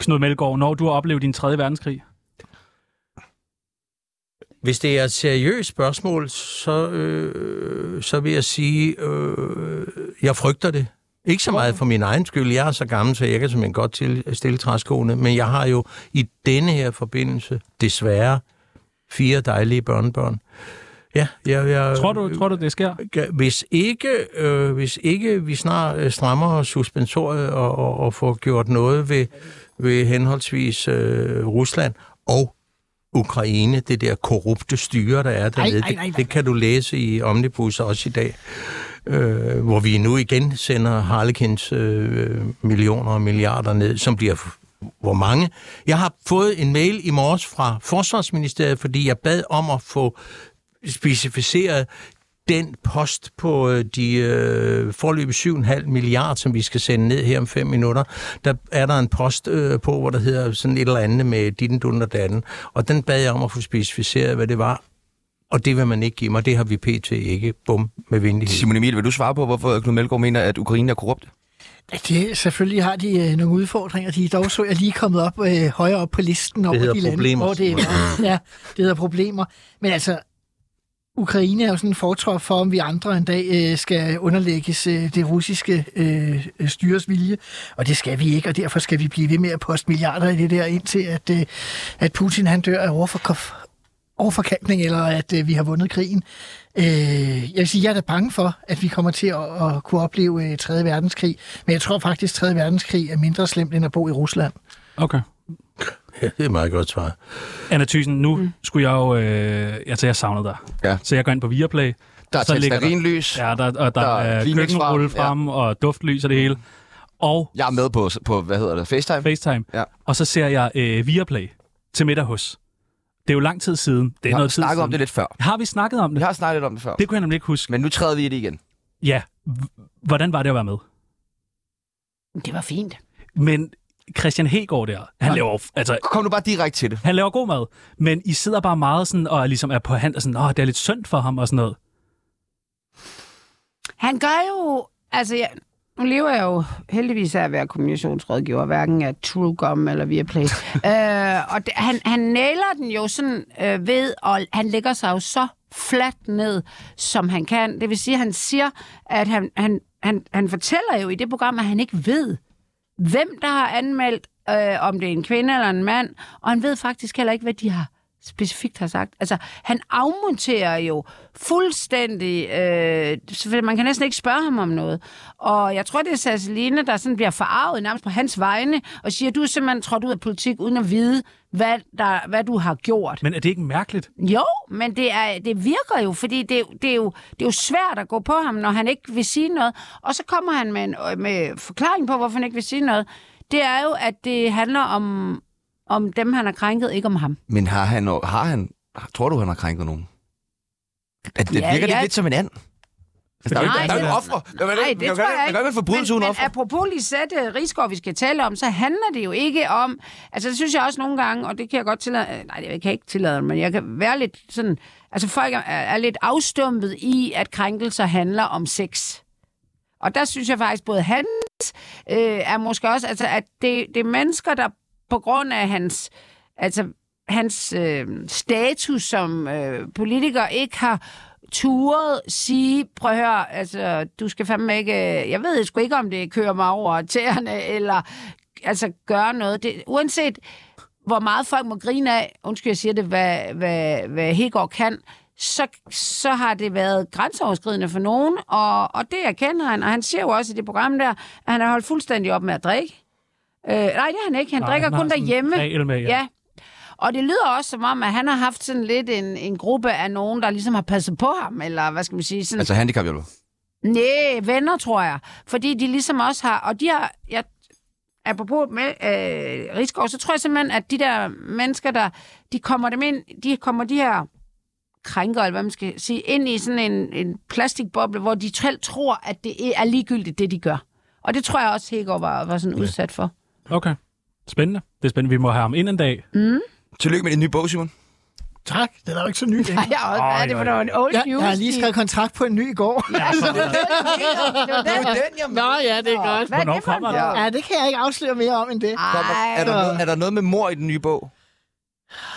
S2: Knud Melgaard, når du har oplevet din 3. verdenskrig.
S5: Hvis det er et seriøst spørgsmål, så, øh, så vil jeg sige, øh, jeg frygter det. Ikke så meget for min egen skyld. Jeg er så gammel, så jeg kan simpelthen godt til, stille træskoene. Men jeg har jo i denne her forbindelse, desværre, fire dejlige børnebørn. Ja, jeg, jeg,
S2: Tror du, tror du det sker?
S5: Ga- Hvis ikke, øh, hvis ikke vi snart øh, strammer suspensoriet og, og, og får gjort noget ved, ved henholdsvis øh, Rusland og Ukraine, det der korrupte styre, der er dernede,
S3: ej, nej, nej.
S5: Det, det kan du læse i Omnibus også i dag, øh, hvor vi nu igen sender Harlekins øh, millioner og milliarder ned, som bliver f- hvor mange. Jeg har fået en mail i morges fra Forsvarsministeriet, fordi jeg bad om at få specificeret den post på øh, de øh, forløb 7,5 milliard, som vi skal sende ned her om 5 minutter, der er der en post øh, på, hvor der hedder sådan et eller andet med ditten, dun og datten. Og den bad jeg om at få specificeret, hvad det var. Og det vil man ikke give mig. Det har vi pt. ikke. Bum, med vindelighed.
S1: Simon Emil, vil du svare på, hvorfor Knud Melgaard mener, at Ukraine er korrupt?
S3: Ja, det, selvfølgelig har de øh, nogle udfordringer. De er dog så jeg lige kommet op øh, højere op på listen over
S5: hedder
S3: de lande,
S5: problemer,
S3: hvor det er. ja, det hedder problemer. Men altså, Ukraine er jo sådan en fortrop for, om vi andre en dag øh, skal underlægges øh, det russiske øh, øh, styres vilje. Og det skal vi ikke, og derfor skal vi blive ved med at poste milliarder i det der, indtil at, øh, at Putin han dør af overforkof overforkantning, eller at øh, vi har vundet krigen. Øh, jeg vil sige, jeg er da bange for, at vi kommer til at, at kunne opleve øh, 3. verdenskrig, men jeg tror faktisk, at 3. verdenskrig er mindre slemt end at bo i Rusland.
S2: Okay.
S5: Ja, det er meget godt svar.
S2: Anna Thyssen, nu mm. skulle jeg jo... Øh, altså, jeg savnede dig.
S1: Ja.
S2: Så jeg går ind på Viaplay.
S1: Der er
S2: Så ligger der-
S1: tantarinlys.
S2: Ja, der, og
S1: Der
S2: der, der
S1: er
S2: er
S1: Kleenex
S2: køkkenrulle
S1: frem, ja.
S2: frem, og duftlys og det hele. Og
S1: Jeg er med på, på hvad hedder det, FaceTime?
S2: FaceTime.
S1: Ja.
S2: Og så ser jeg øh, Viaplay til middag hos. Det er jo lang tid siden. Det er
S1: Vi har
S2: noget tid
S1: snakket
S2: siden.
S1: om det lidt før.
S2: Har vi snakket om
S1: Vi
S2: det?
S1: har snakket lidt om det før.
S2: Det kunne jeg nemlig ikke huske.
S1: Men nu træder vi i det igen.
S2: Ja, h- hvordan var det at være med?
S4: Det var fint.
S2: Men Christian Hegård der, han laver, jo f- altså,
S1: Kom nu bare direkte til det.
S2: han laver god mad, men I sidder bare meget sådan, og er ligesom er på hand, og sådan, åh, det er lidt synd for ham og sådan noget.
S4: Han gør jo... Altså, jeg, nu lever jeg jo heldigvis af at være kommunikationsrådgiver, hverken af TrueGum eller Viaplay. øh, og det, han, han nailer den jo sådan øh, ved, og han lægger sig jo så fladt ned, som han kan. Det vil sige, at han siger, at han, han, han, han fortæller jo i det program, at han ikke ved, hvem der har anmeldt, øh, om det er en kvinde eller en mand, og han ved faktisk heller ikke, hvad de har specifikt har sagt. Altså, han afmonterer jo fuldstændig, øh, så man kan næsten ikke spørge ham om noget. Og jeg tror, det er Sasseline, der sådan bliver forarvet nærmest på hans vegne, og siger, du er simpelthen trådt ud af politik, uden at vide, hvad, der, hvad du har gjort.
S2: Men er det ikke mærkeligt?
S4: Jo, men det, er, det virker jo, fordi det, det, er jo, det er jo svært at gå på ham, når han ikke vil sige noget. Og så kommer han med en øh, med forklaring på, hvorfor han ikke vil sige noget. Det er jo, at det handler om, om dem, han har krænket, ikke om ham.
S1: Men har han, har han, tror du, han har krænket nogen? At, det
S4: Ja,
S1: virker det
S4: ja.
S1: lidt som en and? Altså, der er jo
S4: Nej,
S1: ikke- der er jo
S4: det-
S1: ikke ofre. Der er jo ikke-
S4: Nej,
S1: der er jo
S4: det
S1: ikke-
S4: tror
S1: der er
S4: jeg
S1: jo
S4: ikke.
S1: ikke en forbrydelse
S4: men,
S1: uden
S4: men
S1: ofre.
S4: apropos Lisette Rigsgaard, vi skal tale om, så handler det jo ikke om... Altså, det synes jeg også nogle gange, og det kan jeg godt tillade... øh, Nej, det kan jeg ikke tillade, men jeg kan være lidt sådan... Altså, folk er, er lidt afstumpet i, at krænkelser handler om sex. Og der synes jeg faktisk, både hans øh, er måske også... Altså, at det, det er mennesker, der på grund af hans... Altså, hans øh, status som øh, politiker ikke har turet sige, prøv at høre, altså, du skal fandme ikke, øh, jeg ved sgu ikke, om det kører mig over tæerne, eller altså gøre noget. Det, uanset hvor meget folk må grine af, undskyld, jeg siger det, hvad, hvad, hvad Hegård kan, så, så har det været grænseoverskridende for nogen, og, og det erkender han, og han siger jo også i det program der, at han har holdt fuldstændig op med at drikke. Øh, nej, det har han ikke. Han
S2: Nej,
S4: drikker
S2: han har
S4: kun
S2: sådan en
S4: derhjemme.
S2: regel med, ja.
S4: ja. Og det lyder også som om, at han har haft sådan lidt en, en gruppe af nogen, der ligesom har passet på ham, eller hvad skal man sige? Sådan,
S1: Altså handicaphjælper.
S4: Nej, venner, tror jeg. Fordi de ligesom også har... Og de har... Jeg, apropos med øh, Rigsgaard, så tror jeg simpelthen, at de der mennesker, der... De kommer dem ind... De kommer de her krænker, eller hvad man skal sige, ind i sådan en, en plastikboble, hvor de selv tror, at det er ligegyldigt, det de gør. Og det tror jeg også, Hegård var, var sådan udsat for.
S2: Okay. Spændende. Det er spændende. Vi må have ham ind en dag.
S1: Tillykke med din nye bog, Simon.
S3: Tak, den er jo ikke så ny.
S4: Ej, jeg, også,
S2: Ej,
S4: er det, for
S2: ej,
S4: det var en old
S3: Jeg,
S4: news.
S3: jeg har lige skrevet kontrakt på en ny i går. Ja,
S4: Det var den.
S1: Den, jeg
S3: Nå ja, det er godt.
S4: Hvad er
S2: Hvornår
S4: det for en
S2: kommer den?
S4: bog?
S3: Ja, det kan jeg ikke afsløre mere om end det.
S1: er, der
S4: Ej,
S1: noget, er der noget med mor i den nye bog?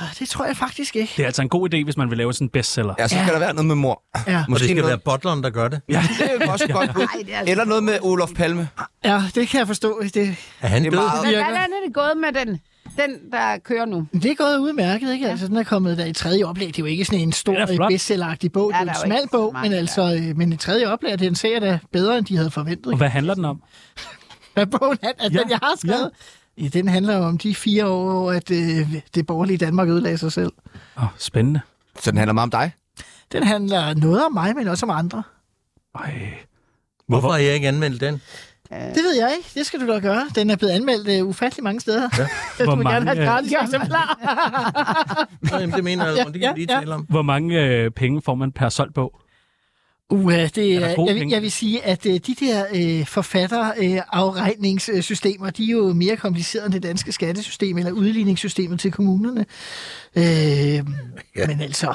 S3: Ah, Det tror jeg faktisk ikke.
S2: Det er altså en god idé, hvis man vil lave sådan en bestseller.
S1: Ja, så skal der være noget med mor.
S3: Ja.
S5: Måske og det skal
S1: noget,
S5: være butleren, der gør det.
S1: Ja, det er også et godt bud.
S4: Ej, det er altså-
S1: Eller noget med Olof Palme.
S3: Ja, det kan jeg forstå. Det,
S5: Er han
S1: Det er
S5: død?
S1: meget-
S4: Men
S3: virker.
S4: Hvordan er det gået med den, den der kører nu?
S3: det er gået udmærket, ikke? Altså, den er kommet der i tredje oplag. Det er jo ikke sådan en stor
S2: Den er flot.
S3: øh, bestselleragtig bog.
S4: Ja,
S3: Det er jo
S4: der er
S3: en
S4: jo
S3: smal
S4: ikke så
S3: bog,
S4: mange,
S3: men
S4: ja.
S3: altså, øh, men i tredje oplag, det er en serie, der er bedre, end de havde forventet.
S2: Og hvad handler den om?
S3: Hvad bogen er, altså,
S2: Ja,
S3: den, jeg har skrevet? Ja. den handler jo om de fire år, hvor at, øh, det borgerlige Danmark ødelagde sig selv.
S2: Åh, spændende.
S1: Så den handler meget om dig.
S3: Den handler noget om mig, men også om andre.
S2: Ej.
S5: Hvorfor har jeg ikke anmeldt den?
S3: Det ved jeg ikke. Det skal du da gøre. Den er blevet anmeldt øh, ufattelig mange steder. Ja.
S2: Hvor
S3: du vil gerne
S2: mange,
S3: have et
S2: øh,
S3: gratis eksemplar.
S5: Nå, jamen, det mener jeg, altså, det kan vi lige tale om.
S2: Hvor mange øh, penge får man per solgt bog?
S3: Uha, det
S2: Er
S3: er,
S2: der gode
S3: jeg, vil-
S2: penge?
S3: jeg vil sige, at øh, de der øh, forfatterafregningssystemer, øh, de er jo mere komplicerede end det danske skattesystem eller udligningssystemet til kommunerne. Øh, ja. Men altså,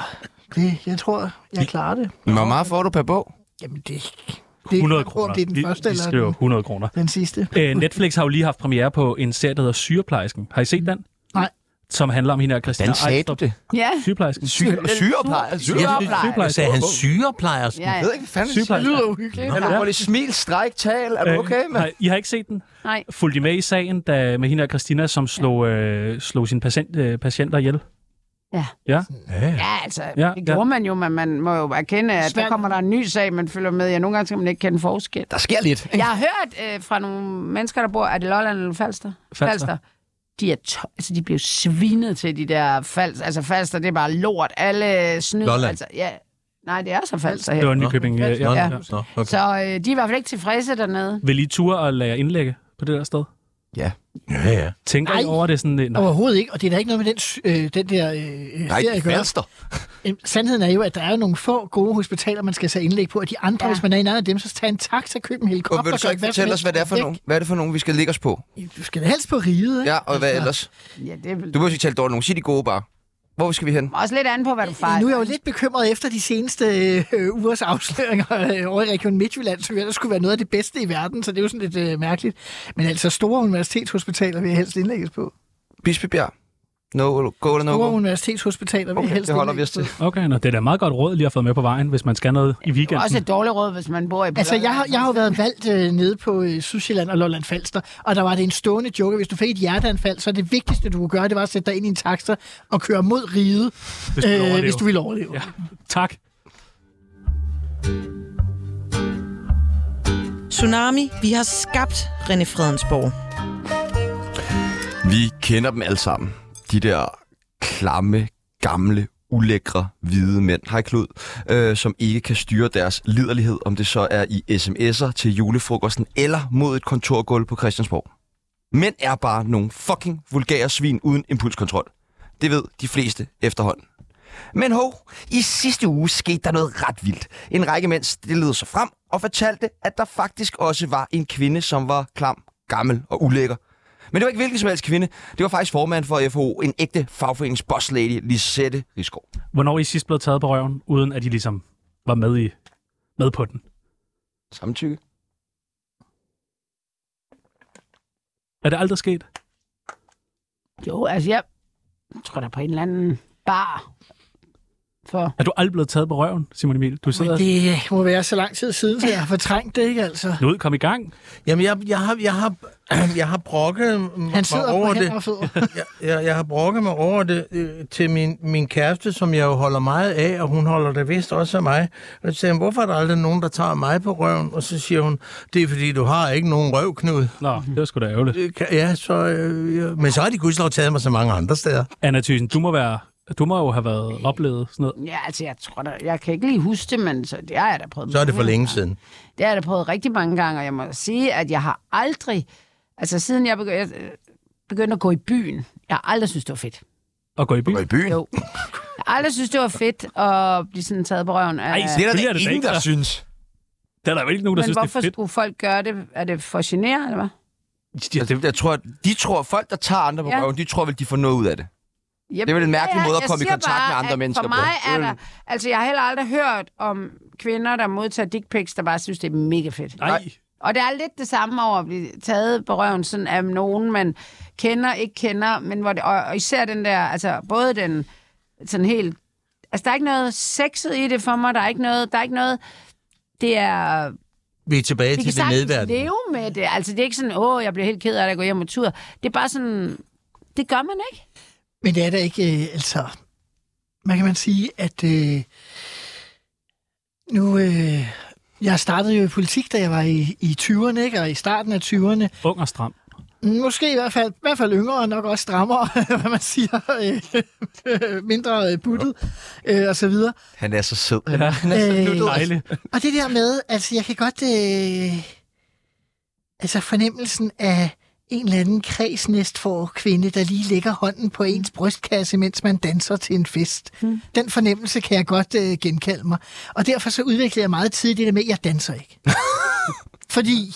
S3: det, jeg tror, jeg klarer det.
S1: Men hvor meget får du per bog?
S3: Jamen, det, det er ikke
S2: 100
S3: klart, om
S2: kroner.
S3: Det er den
S2: Vi-
S3: første
S2: vi
S3: eller
S2: skriver
S3: den,
S2: 100 kroner.
S3: den sidste.
S2: Øh, Netflix har jo lige haft premiere på en serie, der hedder Syreplejersken. Har I set den?
S3: Nej.
S2: Som handler om hende og Christina
S1: Hvordan sagde du
S2: Ejstrup.
S1: det?
S4: Ja.
S2: Syreplejersken.
S1: Syreplejer. Syreplejer.
S5: Jeg sagde, han syreplejerske.
S4: Ja,
S5: Ja.
S1: Jeg
S4: ja.
S1: ved ikke, hvad fanden det
S3: Det lyder
S2: Sygeplejerske.
S3: uhyggeligt.
S1: Hallo, prøv lige smil, stræk, tal. Er du okay, mand?
S2: Øh, Nej, I har ikke set den?
S4: Nej.
S2: Fulgte I med i sagen da, med hende og Christina, som slog, øh, slog sine patient, øh, patienter ihjel?
S4: Ja.
S2: Ja?
S4: Ja, altså, ja,
S2: Ja,
S4: det
S2: ja.
S4: gjorde man jo, men man må jo erkende, at
S3: Svært.
S4: der kommer der en ny sag, man følger med. Ja, nogle gange skal man ikke kende forskel.
S1: Der sker lidt.
S4: Jeg har hørt øh, fra nogle mennesker, der bor, er det Lolland eller Falster?
S2: Falster.
S4: De, er to- altså, de blev svinet til de der Falster. Altså Falster, det er bare lort. Alle snyd.
S5: Lolland.
S4: Altså, ja. Nej, det er så Falster
S2: Det
S4: her.
S2: var Nykøbing. Øh,
S5: Nå,
S2: ja.
S5: nå, nå, okay.
S4: Så øh, de er i hvert fald ikke tilfredse dernede.
S2: Vil I ture at lade jer indlægge på det der sted?
S1: Ja.
S5: Ja, ja.
S2: Tænker Ej. I
S3: Ej.
S2: over det sådan? øh, Nej.
S3: Overhovedet ikke, og det er da ikke noget med den, sy- øh, den der øh,
S1: Nej,
S3: serie at gøre.
S1: falster.
S3: Jamen, Sandheden er jo, at der er jo nogle få gode hospitaler, man skal så indlæg på, og de andre,
S4: Ja.
S3: ja. hvis man er i nærheden af dem, så tag en taxa, køb en helikopter.
S1: Og vil du så
S3: gør
S1: ikke
S3: hvad som
S1: fortælle os,
S3: helst.
S1: hvad det er for nogen? Hvad er det for nogen, vi skal ligge os på?
S3: Du skal da helst på riget, ikke?
S1: Ja, og hvad ellers?
S4: Ja, det er vel...
S1: Du må ikke tale dårligt nogen. Sig de gode bare. Hvor skal vi hen?
S4: Også lidt an på, hvad du
S3: Ja.
S4: fejler.
S3: Nu er jeg jo lidt bekymret efter de seneste øh, ugers afsløringer øh, over i Region Midtjylland, som jo ellers skulle være noget af det bedste i verden, så det er jo sådan lidt øh, mærkeligt. Men altså, store universitetshospitaler vil jeg helst indlægges på.
S1: Bispebjerg. No, go eller no
S3: Store
S1: go?
S3: universitetshospitaler vil jeg
S1: Okay,
S3: helst
S1: det holder vi
S3: indlægges
S1: os til.
S3: på.
S2: Okay, nå, det er da meget godt råd, lige at få med på vejen, hvis man skal noget i
S4: Det er også
S2: weekenden.
S4: et dårligt råd, hvis man bor i
S3: Altså, jeg
S4: Lolland.
S3: har, jeg har jo været valgt øh, nede på øh, Sydsjælland og Lolland Falster, og der var det en stående joke, at hvis du fik et hjerteanfald, så det vigtigste, du kunne gøre, det var at sætte dig ind i en taxa og køre mod riget, øh,
S2: Hvis du vil overleve.
S3: hvis du ville overleve. Ja.
S2: Tak.
S6: Tsunami, vi har skabt René Fredensborg.
S1: Vi kender dem alle sammen. De der klamme, gamle, ulækre, hvide mænd, hej Klud, øh, som ikke kan styre deres liderlighed, om det så er i sms'er til julefrokosten eller mod et kontorgulv på Christiansborg. Mænd er bare nogle fucking vulgære svin uden impulskontrol. Det ved de fleste efterhånden. Men ho, i sidste uge skete der noget ret vildt. En række mænd stillede sig frem og fortalte, at der faktisk også var en kvinde, som var klam, gammel og ulækker. Men det var ikke hvilken som helst kvinde. Det var faktisk formand for FO, en ægte fagforeningsbosslady, Lisette Rigsgaard.
S2: Hvornår er I sidst blevet taget på røven, uden at I ligesom var med, i, med på den?
S1: Samtykke.
S2: Er det aldrig sket?
S4: Jo, altså jeg tror der på en eller anden bar for.
S2: Er du aldrig blevet taget på røven, Simon Emil? Du sidder det...
S3: Det øh, må være så lang tid siden, så jeg har fortrængt det, ikke altså?
S2: ud, kom i gang.
S5: Jamen, jeg, jeg, har, jeg, har, jeg har brokket m-
S3: Han
S5: mig
S3: sidder
S5: over
S3: på
S5: det.
S3: hænder og fødder.
S5: jeg, jeg, jeg har brokket mig over det øh, til min, min kæreste, som jeg jo holder meget af, og hun holder det vist også af mig. Og så siger jeg, hvorfor er der aldrig nogen, der tager mig på røven? Og så siger hun, det er fordi, du har ikke nogen røvknud.
S2: Nå, det var sgu da ærgerligt.
S5: Øh, kan- Ja, så, øh, ja. men så har de gudskelov taget mig så mange andre steder.
S2: Anna Thyssen, du må, være, du må jo have været oplevet sådan noget.
S4: Ja, altså, jeg tror da, jeg kan ikke lige huske det, men så, det har jeg da prøvet.
S5: Så er det for
S4: mange
S5: længe
S4: gange.
S5: siden.
S4: Det har jeg da prøvet rigtig mange gange, og jeg må sige, at jeg har aldrig, altså siden jeg begyndte, jeg begyndte at gå i byen, jeg har aldrig synes det var fedt.
S2: At gå i byen.
S1: Gå i byen.
S4: Jo. Jeg har aldrig synes det var fedt at blive sådan taget på røven. Af,
S2: Ej,
S1: Det er der
S2: Selvfølgelig
S1: da
S2: er det
S1: ingen,
S2: da ikke,
S1: der
S2: så.
S1: synes.
S2: Der er der vel ikke nogen, der
S4: men
S2: synes, det
S4: hvorfor
S2: er fedt.
S4: skulle folk gøre det? Er det for at genere, eller hvad?
S1: Jeg, Altså, jeg tror, at de tror, folk, der tager andre på
S4: Ja.
S1: røven, de tror vel, de får noget ud af det.
S4: Jamen,
S1: Det er vel en
S4: ja,
S1: mærkelig
S4: ja,
S1: måde at
S4: jeg
S1: komme i
S4: siger
S1: kontakt med
S4: bare,
S1: andre
S4: at
S1: mennesker
S4: For
S1: på.
S4: mig er der... Altså, jeg har heller aldrig hørt om kvinder, der modtager dick pics, der bare synes, det er mega fedt.
S2: Nej,
S4: Og det er lidt det samme over at blive taget på røven sådan af nogen, man kender, ikke kender, men hvor det, og, og især den der, altså både den sådan helt... Altså, der er ikke noget sexet i det for mig, der er ikke noget... Der er ikke noget det er...
S5: Vi er tilbage
S4: Vi kan
S5: til det
S4: sagtens
S5: nedværdige.
S4: leve med det. Altså, det er ikke sådan, åh, jeg bliver helt ked af det, jeg går hjem og tur. Det er bare sådan... Det gør man ikke.
S3: Men det er da ikke, øh, altså... Man kan man sige, at... Øh, nu... Øh, jeg startede jo i politik, da jeg var i, i 20'erne, ikke? Og i starten af 20'erne.
S2: ung og stram.
S3: Måske i hvert fald, i hvert fald yngre og nok også strammere, hvad man siger. øh, mindre øh, buttet øh, og så videre.
S1: Han er så sød.
S2: Ja,
S3: Øh,
S2: dejligt.
S3: Og det der med, altså jeg kan godt... Øh, altså fornemmelsen af en eller anden kredsnæst for kvinde, der lige lægger hånden på ens
S4: Mm.
S3: brystkasse, mens man danser til en fest. Mm. Den fornemmelse kan jeg godt øh, genkalde mig. Og derfor så udviklede jeg meget tidligt det der med, at jeg danser ikke. Fordi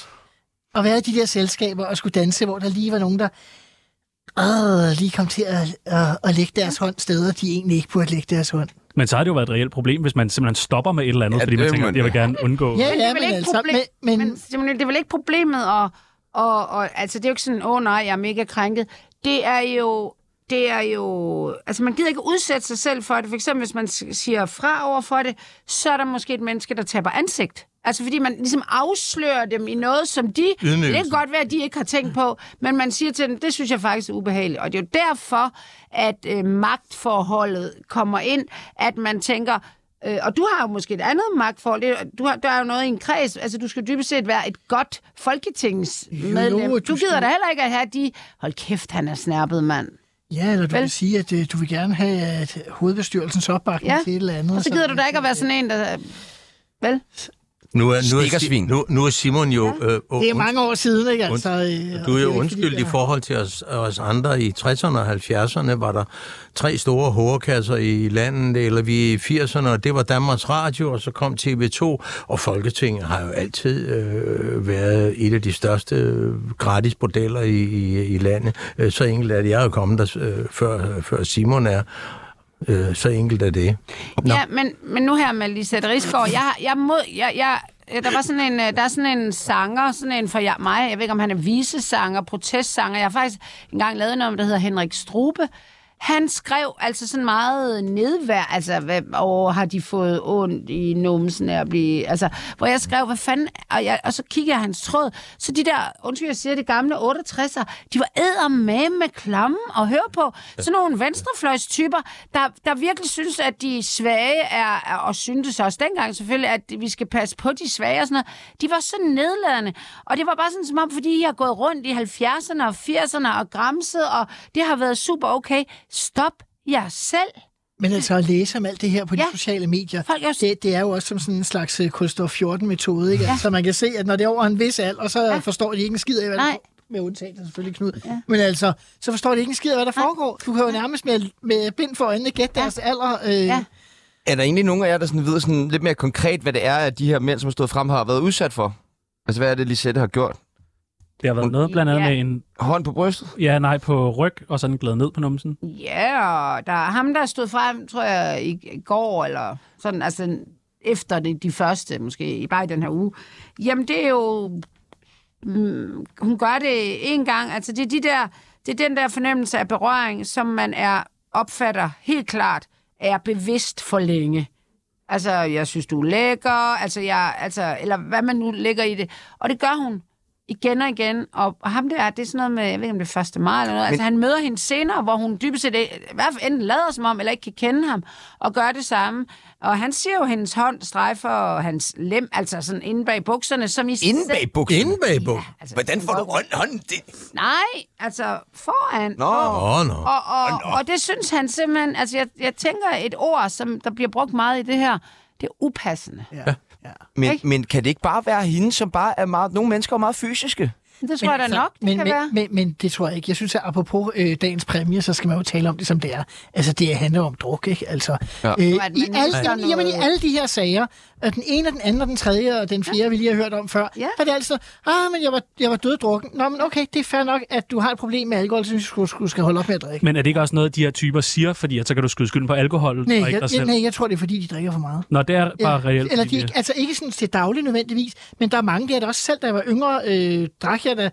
S3: at være i de der selskaber og skulle danse, hvor der lige var nogen, der øh, lige kom til at, at, at lægge deres hånd steder, de egentlig ikke burde lægge deres hånd.
S2: Men så har det jo været et reelt problem, hvis man simpelthen stopper med et eller andet,
S1: Ja,
S2: fordi man
S1: det
S2: tænker,
S1: må-
S2: jeg vil gerne undgå.
S3: Ja,
S4: Men det er
S3: ja,
S4: vel
S3: men
S4: ikke
S3: altså...
S4: problem-
S3: Men, men,
S4: Men Simon, det er vel ikke problemet, og, og, og altså, det er jo ikke sådan, åh oh, nej, jeg er mega krænket. Det er jo, det er jo, altså man gider ikke udsætte sig selv for det. For eksempel, hvis man s- siger fra over for det, så er der måske et menneske, der taber ansigt. Altså fordi man ligesom afslører dem i noget, som de...
S5: Ydmygelse.
S4: Det kan godt være, at de ikke har tænkt på, men man siger til dem, det synes jeg faktisk er ubehageligt. Og det er jo derfor, at øh, magtforholdet kommer ind, at man tænker, øh, og du har jo måske et andet magtforhold, det, du har, der er jo noget i en kreds, altså du skal dybest set være et godt
S3: Jo,
S4: folketingsmedlem.
S3: jo,
S4: Du,
S3: du
S4: gider
S3: skal-
S4: da heller ikke at have de, hold kæft, han er snærpet mand.
S3: Ja, eller du
S4: Vel?
S3: vil sige, at øh, du vil gerne have at hovedbestyrelsens opbakning
S4: Ja,
S3: til et eller andet.
S4: Og så gider du da ikke at være sådan en, der... Vel?
S5: Nu er, nu, er,
S1: Stikkersvin.
S5: Sti- nu, nu er Simon jo... Øh,
S3: Det er mange år siden, ikke? Altså, øh,
S5: Und, du er jo undskyldt i forhold til os, os andre. I 60'erne og 70'erne var der tre store hårkasser i landet, eller vi i 80'erne, og det var Danmarks Radio, og så kom TV2, og Folketinget har jo altid øh, været et af de største øh, gratis bordeller i, i, i landet. Øh, Så enkelt er det. Jeg er jo kommet der, øh, før, før Simon er. Øh, så enkelt er det.
S4: Nå. Ja, men, men nu her med Lisette Risgaard, jeg, har- jeg, mod, jeg, jeg, øh, der var sådan en, øh, der er sådan en sanger, sådan en for jeg, mig, jeg ved ikke, om han er visesanger, protestsanger. Jeg har faktisk engang lavet noget om, der hedder Henrik Strube. Han skrev altså sådan meget nedvær, altså, hvad, og har de fået ondt i numsen af at blive... Altså, hvor jeg skrev, hvad fanden... Og, jeg, og så kigger jeg hans tråd. Så de der, undskyld, jeg siger det gamle 68'er, de var eddermame med klamme og høre på. Sådan nogle venstrefløjstyper, der, der virkelig synes, at de svage er, er- og syntes også dengang selvfølgelig, at vi skal passe på de svage og sådan noget. De var så nedladende. Og det var bare sådan som om, fordi I har gået rundt i 70'erne og 80'erne og græmset, og det har været super okay. Stop jer selv.
S3: Men altså at læse om alt det her på de
S4: Ja.
S3: ja. sociale medier,
S4: Folk er jo-
S3: det, det er jo også som sådan en slags øh, kulstof 14-metode, ikke? Ja. Så man kan se, at når det er over en vis alder, så ja. forstår de ikke en skid af, hvad
S4: Nej.
S3: der med undtagelse selvfølgelig, Knud. Ja. Men altså, så forstår de ikke en skid af, hvad der foregår. Du kan jo nærmest med, med bind for øjnene gætte deres alder. Øh,
S4: Ja.
S3: ja.
S1: Er der egentlig nogen af jer, der sådan ved sådan lidt mere konkret, hvad det er, at de her mænd, som har stået frem, har været udsat for? Altså, hvad er det, Lisette har gjort?
S2: Det har været noget blandt andet
S4: Ja.
S2: med en
S1: Hånd på brystet?
S2: ja, nej på ryg, og sådan glad ned på numsen.
S4: Ja, og der er ham, der stod frem, tror jeg, i i går, eller sådan, altså efter det, de første, måske, bare i den her uge. Jamen, det er jo... Mm, hun gør det en gang. Altså, det er, de der, det er den der fornemmelse af berøring, som man er opfatter helt klart er bevidst for længe. Altså, jeg synes, du er lækker, altså, jeg, altså, eller hvad man nu lægger i det. Og det gør hun igen og igen. Og ham der, det er sådan noget med, jeg ved ikke, om det er 1. maj eller noget. Men... Altså, han møder hende senere, hvor hun dybest set i hvert fald enten lader som om, eller ikke kan kende ham, og gør det samme. Og han ser jo, hendes hånd strejfer hans lem, altså sådan inde bag bukserne, som i
S1: Inden bag buksen?
S5: Inden bag bog.
S4: altså,
S1: Hvordan får du hånd- hånden? Det...
S4: Nej, altså foran.
S1: Nå.
S5: Åh, nå.
S4: Og, og, og det synes han simpelthen, altså jeg, jeg tænker et ord, som der bliver brugt meget i det her, det er upassende. Ja.
S1: Men,
S4: Ikke?
S1: men kan det ikke bare være hende, som bare er meget... Nogle mennesker er meget fysiske.
S4: Det tror jeg da nok, det
S3: men,
S4: kan
S3: men,
S4: være.
S3: Men, men det tror jeg ikke. Jeg synes, at apropos øh, dagens præmie, så skal man jo tale om det, som det er. Altså, det handler om druk, ikke? Altså, ja. øh, i,
S4: man ikke
S3: alle,
S4: gør
S3: jamen, jamen, i
S4: noget.
S3: alle de her sager, og den ene og den anden og den tredje og den fjerde, ja. vi lige har hørt om før, ja.
S4: Ja.
S3: der er det altid, ah, men jeg var, jeg var døddrukken. Nå, men okay, det er fair nok, at du har et problem med alkohol, så synes jeg, du skulle, skal holde op med at drikke.
S2: Men er det ikke også noget, de her typer siger, fordi at så kan du skyde skylden på alkoholen
S3: Nej,
S2: og ikke dig
S3: jeg,
S2: selv?
S3: jeg, nej, jeg tror, det er, fordi de drikker for meget.
S2: Nå, det er bare reelt.
S3: Eller
S2: fordi
S3: de,
S2: det-
S3: ikke- altså ikke sådan til daglig nødvendigvis, men der er mange der, der også selv, da jeg var yngre, øh, drak jeg da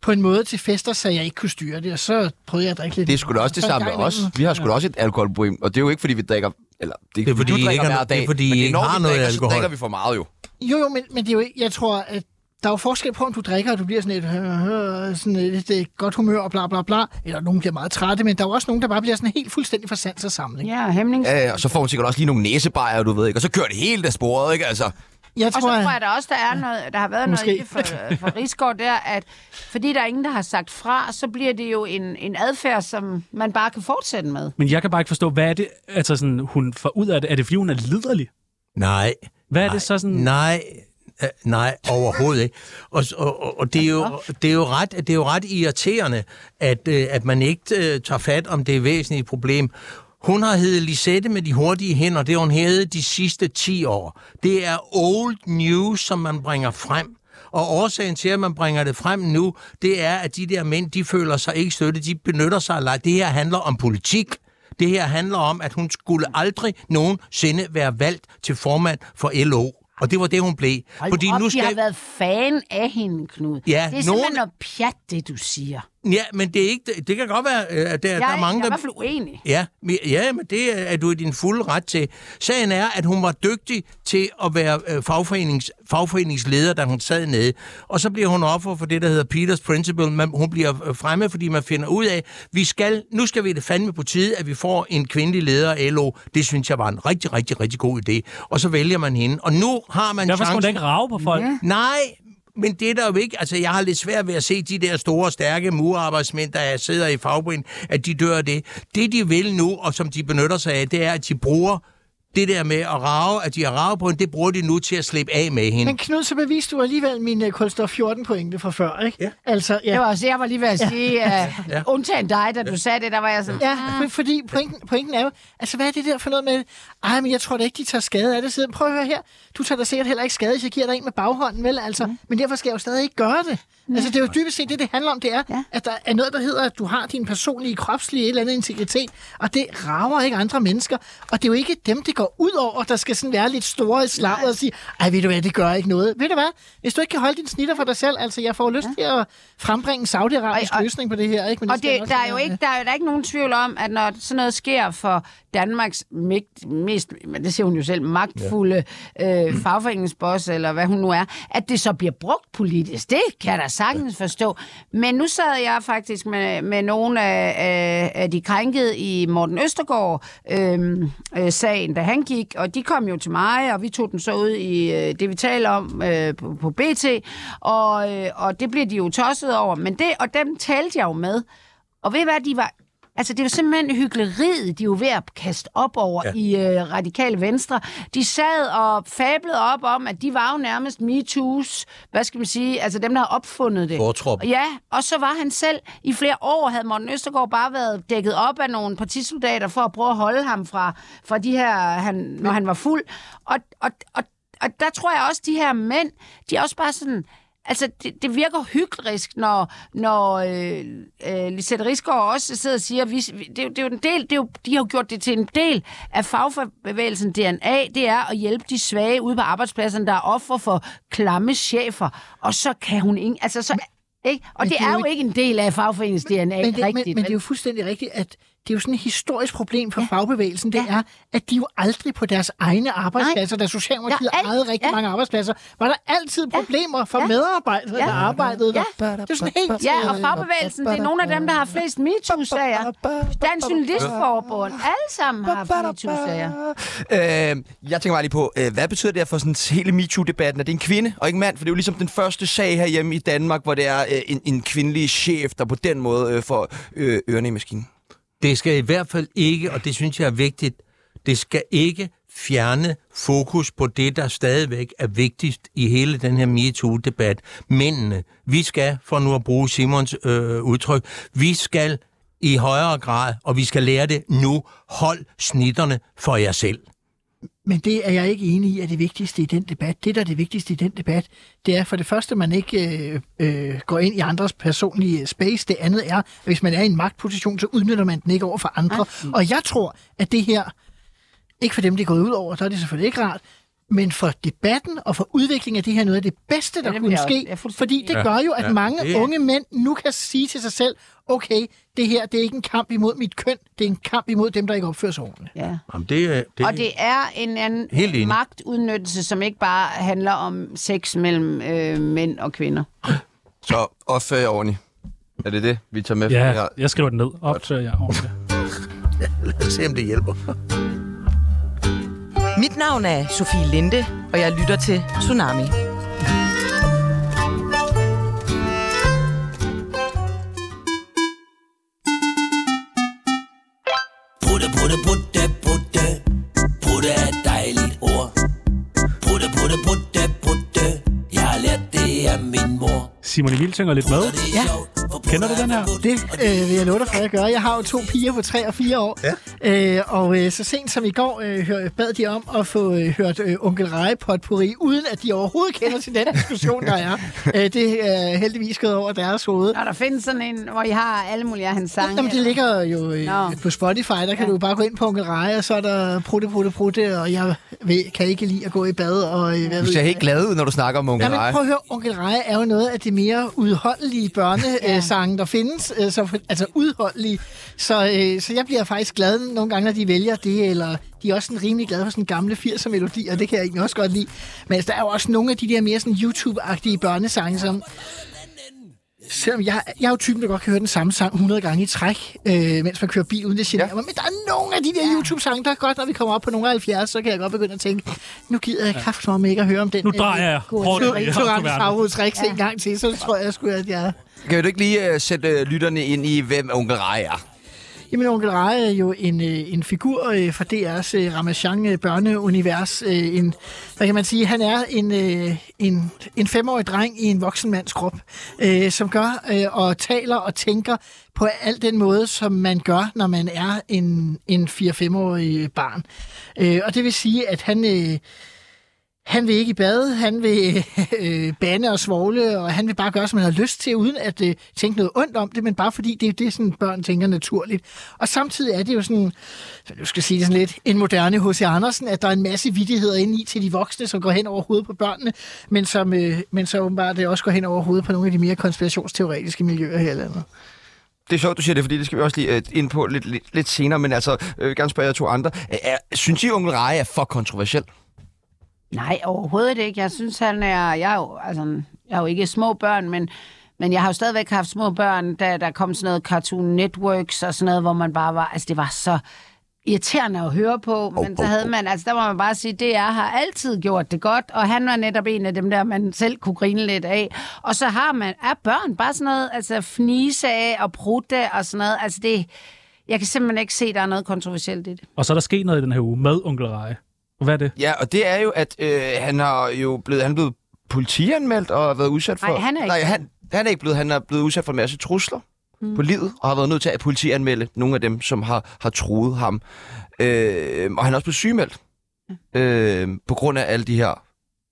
S3: på en måde til fester, så jeg ikke kunne styre det, og så prøvede jeg at drikke lidt.
S1: Det er sgu da også det
S3: Så en
S1: samme med
S3: gang
S1: os.
S3: imellem.
S1: Vi har sgu da også et alkoholproblem, og det er jo ikke, fordi vi drikker... Eller, det,
S5: Det er, fordi I
S1: du drikker
S5: ikke har-
S1: hver
S5: det er,
S1: dag,
S5: fordi I
S1: men
S5: ikke
S1: når
S5: har
S1: vi
S5: noget
S1: drikker,
S5: alkohol.
S1: så drikker vi for meget jo.
S3: Jo, jo, men, men det er jo ikke, jeg tror, at der er jo forskel på, om du drikker, og du bliver sådan et, øh, øh, sådan et, lidt, øh, godt humør og bla bla bla, eller nogen bliver meget trætte, men der er jo også nogen, der bare bliver sådan helt fuldstændig for sans og samling.
S4: Ja, hæmning.
S1: Ja, ja, og så får hun sikkert også lige nogle næsebajer, du ved ikke. Og så kører det helt af sporet, ikke? Altså,
S3: Jeg
S4: Og så
S3: tror,
S4: tror
S3: at,
S4: jeg da også, der er noget, der har været
S3: Måske.
S4: noget i det for, øh, for Rigsgaard der, at fordi der er ingen, der har sagt fra, så bliver det jo en, en adfærd, som man bare kan fortsætte med.
S2: Men jeg kan bare ikke forstå, hvad er det, altså sådan, hun får ud af det? Er det, fordi hun er liderlig?
S5: Nej.
S2: Hvad er det så sådan...
S5: Nej, øh, nej, overhovedet ikke. Og, og, og- og det, er jo, det, er jo ret, det er jo ret irriterende, at, øh, at man ikke øh, tager fat om det væsentlige problem. Hun har heddet Lisette med de hurtige hænder. Det har hun heddet de sidste 10 år. Det er old news, som man bringer frem. Og årsagen til, at man bringer det frem nu, det er, at de der mænd, de føler sig ikke støttet. De benytter sig af leg. Det her handler om politik. Det her handler om, at hun skulle aldrig nogensinde være valgt til formand for LO. Og det var det, hun blev. Fordi
S4: Og
S5: nu
S4: de har
S5: skal...
S4: været fan af hende, Knud.
S5: Ja,
S4: det er simpelthen
S5: nogen-
S4: noget pjat, det du siger.
S5: Ja, men det er ikke... Det, det kan godt være, øh, at der,
S4: Jeg,
S5: der er mange,
S4: jeg er i
S5: der...
S4: hvert fald uenig.
S5: Ja, men- ja, men det er- er du i din fulde ret til. Sagen er, at hun var dygtig til at være øh, fagforenings, fagforeningsleder, da hun sad nede. Og så bliver hun offer for det, der hedder Peters Principle. Man, hun bliver øh, fremme, fordi man finder ud af, vi skal, nu skal vi det fandme på tide, at vi får en kvindelig leder af LO. Det synes jeg var en rigtig, rigtig, rigtig god idé. Og så vælger man hende. Og nu har man
S2: Derfor skal hun da
S5: chancen...
S2: ikke rave på folk.
S5: Nej, men det er der jo ikke. Altså, jeg har lidt svært ved at se de der store, stærke murarbejdsmænd, der sidder i fagforeningen, at de dør af det. Det, de vil nu, og som de benytter sig af, det er, at de bruger det der med at rave, at de har rave på hende, det bruger de nu til at slippe af med hende.
S3: men Knud, så beviste du alligevel min øh, kulstof 14 pointe fra før, ikke?
S5: Ja.
S3: Altså, ja.
S4: Det var også, jeg var lige ved at sige, uh, undtagen dig, da du sagde det, der var jeg sådan,
S3: Ja, for- fordi pointen, pointen er jo, altså hvad er det der for noget med, ej, men jeg tror da ikke, de tager skade af det siden. Prøv at høre her, du tager da sikkert heller ikke skade, hvis jeg giver dig en med baghånden, vel altså, mm. men derfor skal jeg jo stadig ikke gøre det. Altså det er jo dybest set det, det handler om, det er, ja.
S4: Ja.
S3: at der er noget, der hedder, at du har din personlige, kropslige et eller andet integritet, og det rager ikke andre mennesker, og det er jo ikke dem, det går ud over, der skal sådan være lidt store i slaget og sige, ej, ved du hvad, det gør ikke noget. Ved du hvad, hvis du ikke kan holde din snitter for dig selv, altså jeg får jo lyst ja. til at frembringe en
S4: Og-
S3: saudiarabisk
S4: og-
S3: løsning på det her, ikke? Men
S4: Og
S3: skal jeg
S4: det,
S3: nok
S4: der er
S3: finde
S4: jo
S3: ud af.
S4: ikke, der er jo der er ikke nogen tvivl om, at når sådan noget sker for Danmarks mægt, mest, men det siger hun jo selv, magtfulde ja. øh, fagforeningsboss, eller hvad hun nu er, at det så bliver brugt politisk. Det kan jeg da sagtens forstå. Men nu sad jeg faktisk med, med nogle af, af, af de krænkede i Morten Østergaard-sagen, øh, øh, sagen, da han gik, og de kom jo til mig, og vi tog den så ud i øh, det, vi taler om øh, på, på BT, og, øh, og det bliver de jo tosset over. Men det, og dem talte jeg jo med, og ved I hvad, de var... Altså, det var simpelthen hyggeleriet, de var ved at kaste op over ja. i øh, Radikale Venstre. De sad og fablede op om, at de var jo nærmest MeToo's, hvad skal man sige, altså dem, der havde opfundet det.
S5: Fortrop.
S4: Ja, og så var han selv. I flere år havde Morten Østergaard bare været dækket op af nogle partisoldater for at prøve at holde ham fra, fra de her, han, når han var fuld. Og, og, og, og der tror jeg også, de her mænd, de er også bare sådan... Altså, det, det virker hyklerisk, når, når øh, øh, Lisette Rigsgaard også sidder og siger, at vi, vi- det, er jo- det er jo en del, det er jo, de har jo gjort det til en del af fagbevægelsen DNA, det er at hjælpe de svage ude på arbejdspladserne, der er offer for klamme chefer, og så kan hun ikke, altså så, ikke? Og det,
S3: det er
S4: er
S3: jo
S4: jo ikke en del af fagforeningens DNA,
S3: men det, men,
S4: rigtigt.
S3: men det er
S4: vel?
S3: jo fuldstændig rigtigt, at det er jo sådan et historisk problem for ja. fagbevægelsen, det ja. er, at de jo aldrig på deres egne arbejdspladser, da Socialdemokratiet ja,
S7: Ja, alt-
S3: ejede rigtig ja.
S7: ja.
S3: mange arbejdspladser, var der altid problemer for ja.
S7: Ja.
S3: medarbejdere, ja.
S7: Ja.
S3: der arbejdede ja.
S7: Ja.
S3: der. Det er sådan helt...
S4: Ja, og fagbevægelsen, det er nogle af dem, der har flest MeToo-sager. Dansk Journalistforbund, alle sammen har haft MeToo-sager.
S1: Øh, jeg tænker bare lige på, øh, hvad betyder det her for sådan hele MeToo-debatten? Er det en kvinde og ikke en mand? For det er jo ligesom den første sag herhjemme i Danmark, hvor det er øh, en, en kvindelig chef, der på den måde øh, får øh, ørerne i maskinen.
S5: Det skal i hvert fald ikke, og det synes jeg er vigtigt, det skal ikke fjerne fokus på det, der stadigvæk er vigtigst i hele den her MeToo-debat. Mændene. Vi skal, for nu at bruge Simons øh, udtryk, vi skal i højere grad, og vi skal lære det nu, hold snitterne for jer selv.
S3: Men det er jeg ikke enig i, er det vigtigste i den debat. Det, der er det vigtigste i den debat, det er for det første, at man ikke øh, øh, går ind i andres personlige space. Det andet er, at hvis man er i en magtposition, så udnytter man den ikke over for andre. Og jeg tror, at det her, ikke for dem, det er gået ud over, der er det selvfølgelig ikke rart, men for debatten og for udviklingen af det her, noget af det bedste, der
S4: det
S3: kunne
S4: bliver- jeg er
S3: ske.
S4: fuldstændig
S3: Fordi det gør jo, at mange
S5: det-
S3: unge mænd nu kan sige til sig selv, okay, det her, det er ikke en kamp imod mit køn, det er en kamp imod dem, der ikke opfører sig ordentligt.
S4: Ja.
S5: Jamen, det, er- det,
S4: Og det er en anden
S5: Helt enig.
S4: magtudnyttelse, som ikke bare handler om sex mellem øh, mænd og kvinder.
S1: Så opfør jer ordentligt. Er det det, vi tager med? fra det
S2: Ja,
S1: her?
S2: jeg skriver den ned. Opfører jeg ordentligt.
S5: Lad os se, om det hjælper.
S6: Mit navn er Sofie Linde, og jeg lytter til Tsunami.
S8: Putte, putte, putte, putte. Putte er et dejligt ord. Putte, putte, putte, putte. Jeg har lært det af min mor.
S2: Simon Emil synger lidt med.
S8: Ja.
S2: Kender du den her?
S3: Det øh, vil jeg love dig for, at gøre. Jeg har jo to piger på 3 og 4 år. Ja. Øh, og øh, så sent som i går øh, hør- bad de om at få øh, hørt øh, Onkel Reje potpourri, uden at de overhovedet kender til den diskussion, der er. Øh, det er heldigvis gået over deres hoved.
S4: Når der findes sådan en, hvor I har alle mulige af hans sange.
S3: Jamen, det ligger jo øh,
S4: Nå.
S3: på Spotify, der kan ja. du jo bare gå ind på Onkel Reje, og så er der prutte, prutte, prutte, og jeg ved, kan ikke lide at gå i bad. Og, øh, hvad
S1: Du
S3: ved
S1: ser
S3: jeg.
S1: helt glad ud, når du snakker om
S3: Ja,
S1: Onkel
S3: men
S1: Rej.
S3: prøv at høre, Onkel Reje er jo noget af det mere udholdelige børnesange, der findes. øh, Så, altså udholdelige. Så, øh, så jeg bliver faktisk glad nogle gange, når de vælger det, eller de er også sådan rimelig glade for sådan gamle 80'er melodier, det kan jeg egentlig også godt lide. Men altså, der er jo også nogle af de der mere sådan YouTube-agtige børnesange, som... Selvom jeg, jeg er jo typen, der godt kan høre den samme sang 100 gange i træk, øh, mens man kører bil uden det generer ja. mig. Men der er nogle af de der YouTube-sange, der er godt, når vi kommer op på nogle af 70, så kan jeg godt begynde at tænke, nu gider jeg kraftedeme ikke at høre om den.
S2: Nu drejer jeg hårdt i resten af
S3: Torrens
S2: verden.
S3: havudtræks en gang til, så tror jeg sgu, at jeg...
S1: Kan du ikke lige uh, sætte uh, lytterne ind i, hvem Onkel Rej er?
S3: Jamen, onkel Reje er jo en, øh, en figur øh, fra DR's øh, Ramachan øh, børneunivers. Øh, en, hvad kan man sige? Han er en, øh, en, en femårig dreng i en voksen mands krop, øh, som gør øh, og taler og tænker på al den måde, som man gør, når man er en, en 4-5-årig barn. Øh, og det vil sige, at han... Øh, han vil ikke i bade, han vil øh, bande og svogle, og han vil bare gøre, som han har lyst til, uden at øh, tænke noget ondt om det, men bare fordi det er det, sådan, børn tænker naturligt. Og samtidig er det jo sådan, du skal jeg sige det sådan lidt, en moderne H.C. Andersen, at der er en masse vidtigheder inde i til de voksne, som går hen over hovedet på børnene, men som, øh, men så åbenbart det også går hen over hovedet på nogle af de mere konspirationsteoretiske miljøer her i landet.
S1: Det er sjovt, du siger det, fordi det skal vi også lige øh, ind på lidt, lidt, lidt senere, men altså, øh, jeg vil gerne spørge jer to andre. Øh, Er, synes I, Onkel Rej er for kontroversiel?
S4: Nej, overhovedet ikke. Jeg synes, han er... Jeg er jo, altså, jeg er jo ikke små børn, men, men jeg har jo stadigvæk haft små børn, da der kom sådan noget Cartoon Networks og sådan noget, hvor man bare var... Altså, det var så irriterende at høre på, men så havde man, altså der må man bare sige, det er har altid gjort det godt, og han var netop en af dem der, man selv kunne grine lidt af. Og så har man, er børn bare sådan noget, altså fnise af og prutte og sådan noget, altså det, jeg kan simpelthen ikke se, at der er noget kontroversielt i det.
S2: Og så er der sket noget i den her uge med Onkel Reje. Hvad er det?
S1: Ja, og det er jo, at øh, han har jo blevet, han er blevet politianmeldt og har været udsat for...
S4: Nej, han er ikke
S1: nej,
S4: blevet.
S1: han, han er ikke blevet. Han er blevet udsat for en masse trusler mm. på livet, og har været nødt til at politianmelde nogle af dem, som har, har truet ham. Øh, og han er også blevet sygemeldt øh, på grund af alle de her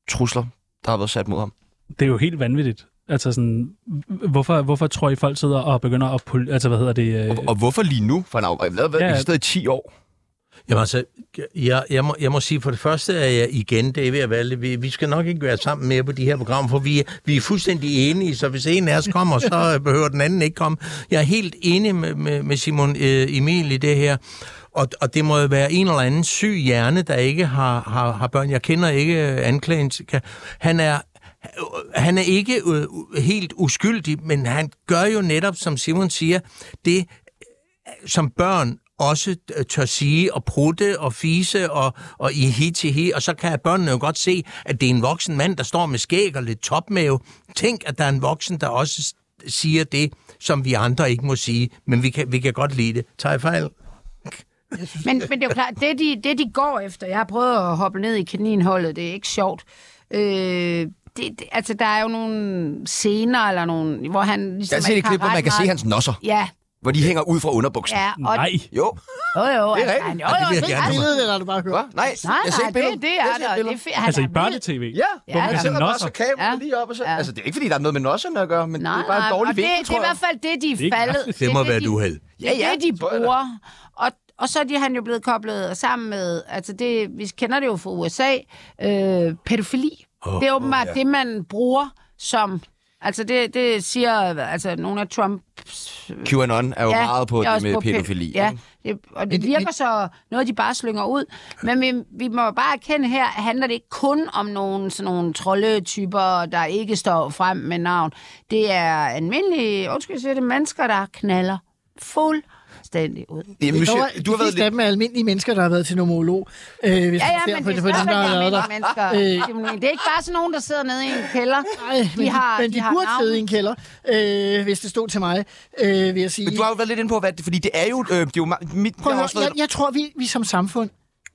S1: trusler, der har været sat mod ham.
S2: Det er jo helt vanvittigt. Altså sådan, hvorfor, hvorfor tror I, folk sidder og begynder at... Pol- altså, hvad hedder det? Øh,
S1: Og hvorfor lige nu? For han har jo været
S2: Ja.
S1: ja. i 10 år.
S5: Jamen altså, jeg, jeg, må, jeg må sige for det første, at jeg igen, det er ved at være lidt, vi, vi skal nok ikke være sammen mere på de her programmer, for vi, er- vi er fuldstændig enige, så hvis en af os kommer, så øh, behøver den anden ikke komme. Jeg er helt enig med, med, med Simon øh, Emil i det her, og, og det må jo være en eller anden syg hjerne, der ikke har, har, har børn. Jeg kender ikke øh, anklagen. Kan- Han er, han er ikke øh, u- helt uskyldig, men han gør jo netop, som Simon siger, det øh, som børn også øh, tør sige og prutte og fise og, og i hit til hi, og så kan børnene jo godt se, at det er en voksen mand, der står med skæg og lidt topmave. Tænk, at der er en voksen, der også s- siger det, som vi andre ikke må sige, men vi kan, vi kan godt lide det. Tager jeg fejl?
S4: Men, men det er jo klart, det de, det de går efter, jeg har prøvet at hoppe ned i kaninhullet, det er ikke sjovt. Øh, det, det, altså, der er jo nogle scener, eller nogle, hvor han
S1: Jeg
S4: ligesom
S1: har set et
S4: ikke
S1: klip, hvor
S4: ret
S1: man kan se
S4: meget-
S1: hans nosser,
S4: Ja,
S1: hvor de hænger ud fra underbuksen.
S4: ja, og,
S2: Nej.
S1: Jo.
S4: Jo, jo,
S1: Det er
S4: altså,
S1: rigtigt.
S4: han, jo,
S5: Ej, det
S4: jo,
S5: vil jeg
S4: det, altså,
S5: gerne have.
S3: Billede, eller er det bare
S1: Hva?
S3: hørt?
S1: Nej,
S4: nej,
S1: jeg har set
S4: nej,
S1: billedet.
S4: det, det
S1: Jeg
S4: er
S1: har set
S4: der, og det er
S1: billedet.
S4: fedt. Han
S2: Altså
S4: er
S2: i børnetv?
S1: Ja, hvor
S4: Ja,
S1: man
S4: ja.
S1: sætter bare så
S2: Nosser.
S1: kameraet
S4: Ja.
S1: lige op og så...
S4: Ja.
S1: Altså, det er ikke, fordi der er noget med nosserne at gøre, men
S4: Nej,
S1: det er bare en
S4: nej,
S1: dårlig
S4: og
S1: vinkel,
S4: det, det
S1: tror
S4: er i
S1: jeg.
S4: hvert fald det, de er
S2: ikke
S4: faldet.
S5: Det må
S4: er
S5: være
S4: de-
S5: et uheld.
S4: Det er
S1: Ja, ja,
S4: det, de
S1: tror jeg da.
S4: bruger. Og, og så er de han jo blevet koblet sammen med, altså det, vi kender det jo fra USA, øh, pædofili. Oh, det er åbenbart oh, ja. det, man bruger som, altså det, det siger altså nogle af Trumps...
S1: QAnon er jo meget på
S4: jeg er
S1: det
S4: også
S1: med
S4: pæ-
S1: pædofili.
S4: Ja,
S1: ikke?
S4: det, og det virker så noget, de bare slynger ud. Men vi, vi må bare erkende her, handler det ikke kun om nogle, sådan nogle troldetyper, der ikke står frem med navn. Det er almindelige, undskyld, jeg siger det, mennesker, der knaller fuldstændig ud.
S1: Det er musik-
S3: Dog,
S1: Du har været
S3: lidt... af
S1: lidt...
S3: dem er almindelige mennesker, der har været til nomolog. Øh, hvis
S4: Ja,
S3: man
S4: ja,
S3: ser
S4: men
S3: på,
S4: det
S3: det,
S4: er
S3: på dem, der har
S4: stadigvæk
S3: været
S4: almindelige
S3: der.
S4: mennesker.
S3: Øh,
S4: Simone. Det er ikke bare sådan nogen, der sidder nede i en kælder.
S3: Nej, men de, har, men de,
S4: har
S3: burde
S4: navn.
S3: sidde i en kælder, øh, hvis det stod til mig, øh, vil jeg sige.
S1: Men du har jo været lidt inde på, hvad det, fordi det er jo... Øh, det er jo meget- mit,
S3: Prøv
S1: jeg
S3: at
S1: har
S3: høre,
S1: også været,
S3: jeg, jeg tror, vi, vi som samfund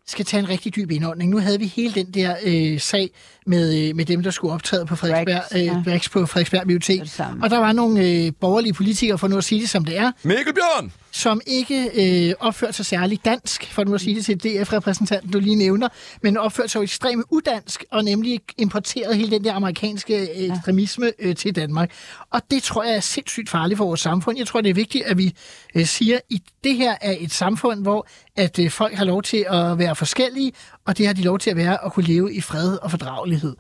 S3: skal tage en rigtig dyb indånding. Nu havde vi hele den der øh, sag med, øh, med dem, der skulle optræde på Frederiksberg,
S4: Rex,
S3: øh,
S4: ja.
S3: Rex på Frederiksberg Bibliotek.
S4: Det samme.
S3: Og der var nogle øh, borgerlige politikere, for nu at sige det som det er,
S1: Mikkel Bjørn!
S3: som ikke øh, opførte sig særlig dansk, for nu at sige det til DF-repræsentanten, du lige nævner, men opførte sig jo ekstremt udansk, og nemlig importerede hele den der amerikanske øh, ekstremisme øh, til Danmark. Og det tror jeg er sindssygt farligt for vores samfund. Jeg tror, det er vigtigt, at vi øh, siger, at det her er et samfund, hvor at øh, folk har lov til at være forskellige, og det har de lov til at være at kunne leve i fred og fordragelighed.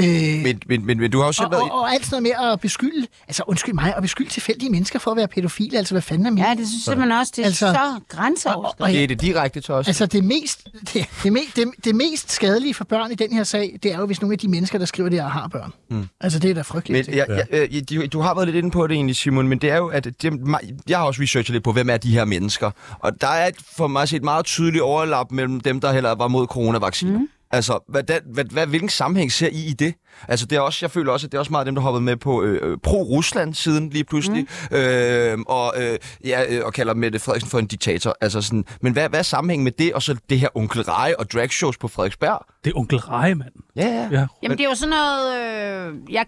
S3: Øh,
S1: Men, men, men, men du har også selv
S3: og,
S1: været...
S3: og, og alt sådan noget med at beskylde, altså undskyld mig, at beskylde tilfældige mennesker for at være pædofile, altså hvad fanden er min?
S4: Ja, det synes jeg simpelthen også, det er
S3: Altså-
S4: altså, så grænseoverskridende.
S3: og-
S1: Det er det direkte til os.
S3: Altså det mest, det, det, me, det, det mest skadelige for børn i den her sag, det er jo, hvis nogle af de mennesker, der skriver det her, har børn. Mm. Altså det er da frygteligt.
S1: Men jeg, jeg, jeg, øh, du, du har været lidt inde på det egentlig, Simon, men det er jo, at det, mig- jeg har også researchet lidt på, hvem er de her mennesker. Og der er et- for mig set meget tydeligt overlap mellem dem, der heller var mod coronavacciner. Mm. Altså, hvad, hvad, hvad, hvad, hvilken sammenhæng ser I i det? Altså, det er også, jeg føler også, at det er også meget dem, der hoppede med på øh, øh, pro-Rusland-siden lige pludselig, mm. øh, og, øh, ja, øh, og kalder Mette Frederiksen for en diktator. Altså sådan, men hvad, hvad er sammenhængen med det, og så det her onkel Reje og dragshows på Frederiksberg?
S2: Det er onkel Reje, mand.
S1: Ja, ja.
S2: Ja.
S4: Jamen, det er jo sådan noget... Øh, jeg,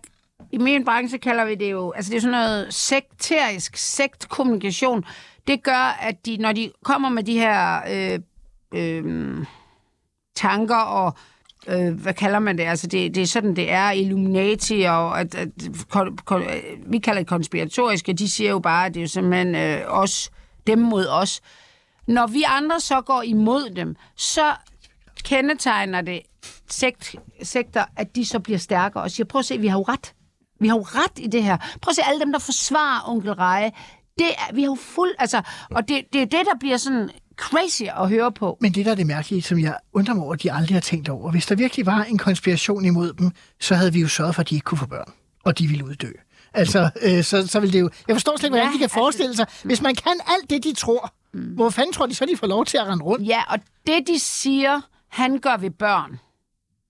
S4: I min branche kalder vi det jo... Altså, det er sådan noget sekterisk sektkommunikation. Det gør, at de, når de kommer med de her øh, øh, tanker og... Øh, hvad kalder man det? Altså, det, det er sådan, det er Illuminati, og at, at, kon, kon, øh, vi kalder det konspiratoriske. De siger jo bare, at det er jo simpelthen øh, os, dem mod os. Når vi andre så går imod dem, så kendetegner det sekt, sekter, at de så bliver stærkere og siger, prøv at se, vi har jo ret. Vi har jo ret i det her. Prøv at se, alle dem, der forsvarer onkel Reje, det er, vi har jo fuld, altså, og det, det er det, der bliver sådan crazy at høre på.
S3: Men det, der er det mærkelige, som jeg undrer mig over, at de aldrig har tænkt over, hvis der virkelig var en konspiration imod dem, så havde vi jo sørget for, at de ikke kunne få børn, og de ville uddø. Altså, øh, så, så vil det jo... Jeg forstår slet ikke, hvordan
S4: Ja,
S3: de kan
S4: altså- Mm.
S3: forestille sig. Hvis man kan alt det, de tror, hvor fanden tror de så, de får lov til at rende rundt?
S4: Ja, og det, de siger, han gør ved børn.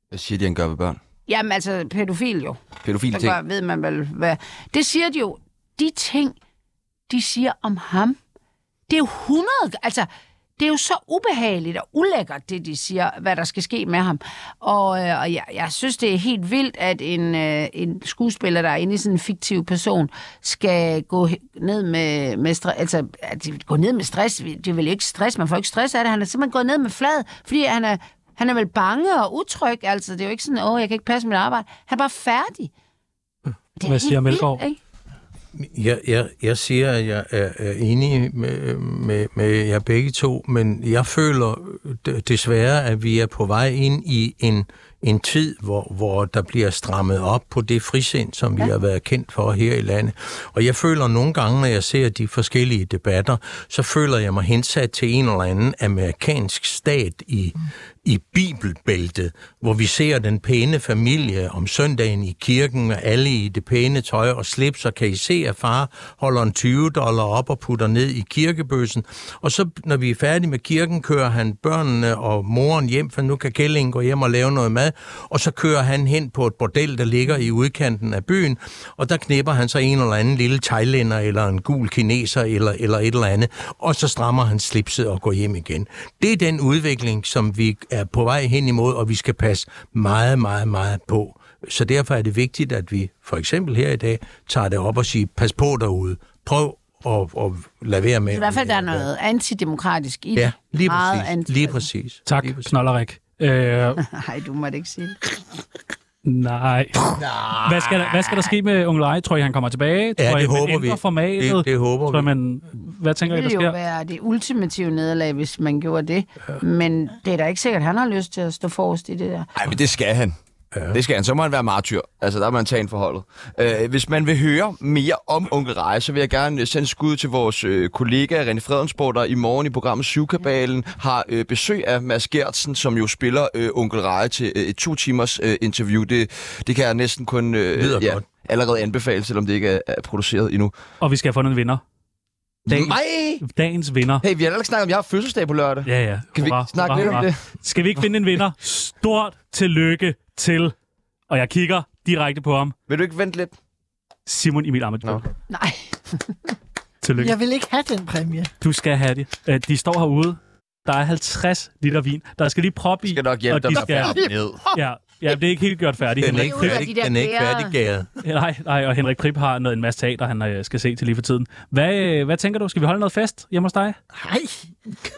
S1: Hvad siger de, han gør ved børn?
S4: Jamen altså, pædofil jo.
S1: Pædofile
S4: Så
S1: ting.
S4: gør, ved man vel, hvad... Det siger de jo. De ting, de siger om ham, det er jo 100... Altså, det er jo så ubehageligt og ulækkert, det de siger, hvad der skal ske med ham. Og, øh, og jeg, jeg synes, det er helt vildt, at en, øh, en skuespiller, der er inde i sådan en fiktiv person, skal gå he- ned med, med stress. Altså, at de- gå ned med stress. Vi- Det er vel ikke stress. Man får ikke stress af det. Han er simpelthen gået ned med flad, fordi han er, han er vel bange og utryg. Altså, det er jo ikke sådan, åh, jeg kan ikke passe mit arbejde. Han er bare færdig. Det er
S2: Hvad
S4: helt
S2: siger
S4: vildt,
S2: Melgaard?
S4: ikke?
S5: Jeg, jeg, jeg siger, at jeg er, er enig med, med, med jer begge to, men jeg føler øh, d- desværre, at vi er på vej ind i en, en tid, hvor, hvor der bliver strammet op på det frisind, som vi ja. har været kendt for her i landet. Og jeg føler nogle gange, når jeg ser de forskellige debatter, så føler jeg mig hensat til en eller anden amerikansk stat i, i bibelbæltet, hvor vi ser den pæne familie om søndagen i kirken, og alle i det pæne tøj og slips, og kan I se, at far holder en 20 dollar op og putter ned i kirkebøssen. Og så, når vi er færdige med kirken, kører han børnene og moren hjem, for nu kan Kjellingen gå hjem og lave noget mad, og så kører han hen på et bordel, der ligger i udkanten af byen, og der knipper han så en eller anden lille thailænder, eller en gul kineser, eller, eller et eller andet, og så strammer han slipset og går hjem igen. Det er den udvikling, som vi er på vej hen imod, og vi skal passe meget, meget, meget på. Så derfor er det vigtigt, at vi for eksempel her i dag tager det op og siger, pas på derude, prøv at, at lade være med.
S4: I hvert fald, der er noget antidemokratisk i det.
S5: Ja, lige
S4: Meget
S5: præcis.
S4: anti-
S5: Lige præcis.
S2: Tak,
S5: Lige præcis.
S2: Knollerik. Øh,
S4: Nej, du må det ikke sige. det.
S2: nej. Hvad skal, der, hvad skal der ske med Unge Leje? Tror I, han kommer tilbage? Tror
S5: Ja,
S2: I,
S5: det
S2: man
S5: håber
S2: ændrer
S5: vi.
S2: formatet?
S5: Det- det håber
S2: Tror I,
S5: vi.
S2: man, hvad tænker I,
S4: Det
S2: der
S4: ville jo
S2: sker?
S4: være det ultimative nederlag, hvis man gjorde det. Men det er da ikke sikkert, at han har lyst til at stå forrest i det der.
S1: Nej, men det skal han. Ja. Det skal han. Så må han være martyr. Altså, der må han tage en forholdet. Øh, hvis man vil høre mere om Onkel Reje, så vil jeg gerne øh, sende skud til vores øh, kollega René Fredensborg, der i morgen i programmet Syvkabalen har øh, besøg af Mads Gertsen, som jo spiller øh, Onkel Reje til øh, et to timers øh, interview. Det, det kan jeg næsten kun øh,
S5: Lyder godt.
S1: allerede anbefale, selvom det ikke er, er produceret endnu.
S2: Og vi skal have fundet en vinder. Dagens,
S1: Nej!
S2: dagens vinder.
S1: Hey, vi har heller ikke snakket om, at jeg har fødselsdag på lørdag.
S2: Ja, ja.
S1: Kan vi
S2: Hurra,
S1: snakke
S2: hurra,
S1: lidt om
S2: hurra.
S1: det?
S2: Skal vi ikke finde en vinder? Stort tillykke til, og jeg kigger direkte på ham,
S1: Vil du ikke vente lidt?
S2: Simon Emil Amadou.
S1: Nå.
S4: Nej.
S2: Tillykke.
S3: Jeg vil ikke have den præmie.
S2: Du skal have det. Øh, De står herude. Der er 50 liter vin. Der skal lige proppe i.
S1: Jeg skal nok hjælpe
S2: og de
S1: dig med at
S2: skal,
S1: færde ned.
S2: ja, ja, det er ikke helt gjort færdigt.
S5: Den er
S2: Henrik.
S5: ikke
S4: ud af de
S5: færdig,
S4: der
S5: den er ikke
S4: bærer.
S5: færdiggæret.
S2: Nej, nej, og Henrik Prip har noget, en masse teater, han øh, skal se til lige for tiden. Hvad, øh, hvad tænker du? Skal vi holde noget fest hjemme hos dig?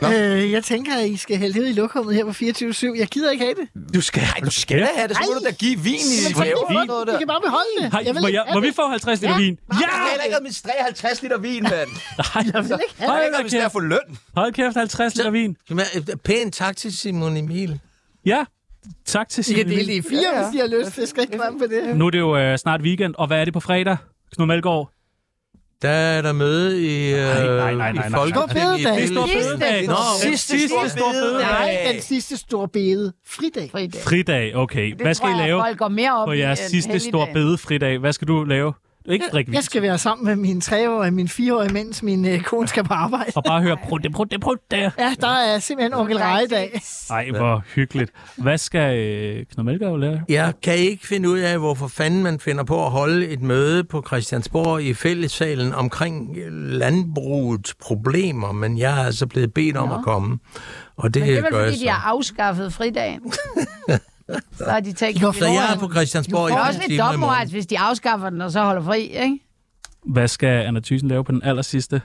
S3: Nej. Øh, jeg tænker, at I skal hælde det i lokummet her på 24-7. Jeg gider ikke have det.
S2: Du skal, Ej, du skal.
S1: Ja, det skulle du da give vin i
S3: Men så
S1: flager
S3: kan I
S1: og
S3: godt-
S1: noget
S3: I
S1: der.
S3: kan bare beholde det.
S2: Hej,
S3: jeg vil
S2: må,
S3: ikke
S2: jeg,
S3: have
S2: må vi
S3: det.
S2: få 50 liter
S3: Ja.
S2: vin?
S1: Jeg kan heller ikke administrere 50 liter vin, mand.
S2: Nej, jeg vil ikke
S1: Jeg kan
S2: hold,
S1: ikke
S2: da
S1: administrere at
S2: kæft,
S1: få løn.
S2: hold kæft, 50 liter vin.
S5: Jamen, øh, Pæn tak til Simon Emil.
S2: Ja, tak til
S3: I
S2: Signe
S3: kan dele i fire, hvis I har lyst. Det skal ikke være på det.
S2: Nu er det jo øh, snart weekend, og hvad er det på fredag? Knud Melgaard.
S5: Der er der møde i, øh,
S2: nej, nej, nej, nej.
S5: i
S3: Stor
S5: Folketinget.
S3: bededag.
S5: i
S2: Det er stor
S5: Billund.
S4: Sidste.
S2: bededag.
S5: Nå,
S2: Sidste, sidste stor bededag.
S3: Nej, den sidste store bede. Fridag.
S4: Fri dag.
S2: Fridag, okay.
S4: Det
S2: Hvad skal I
S4: tror jeg,
S2: lave
S4: folk går mere op
S2: på
S4: i
S2: jeres
S4: end
S2: sidste
S4: helligdagen.
S2: stor bedefridag? Hvad skal du lave? Ikke drikke vin.
S3: Jeg skal være sammen med min treårige og min fireårige, mens min øh, kone skal på arbejde.
S2: Og bare høre, prøv det, prøv det, prøv det.
S3: Ja, der er simpelthen onkel Rejedag.
S2: Ej, hvor hyggeligt. Hvad skal øh, Knud Melgaard lave?
S5: Jeg kan ikke finde ud af, hvorfor fanden man finder på at holde et møde på Christiansborg i fællessalen omkring landbrugets problemer, men jeg er altså blevet bedt om at komme. Og det,
S4: Men det er
S5: gør
S4: vel,
S5: jeg
S4: fordi de
S5: så.
S4: har afskaffet fridagen. så har de tænkt...
S3: De går
S4: det
S5: Så jeg er
S4: er
S5: på Christiansborg i
S4: det er også lidt
S5: fem timer i
S4: dobbeltmoralsk,
S5: morgen.
S4: hvis de afskaffer den, og så holder fri, ikke?
S2: Hvad skal Anna Thysen lave på den aller sidste?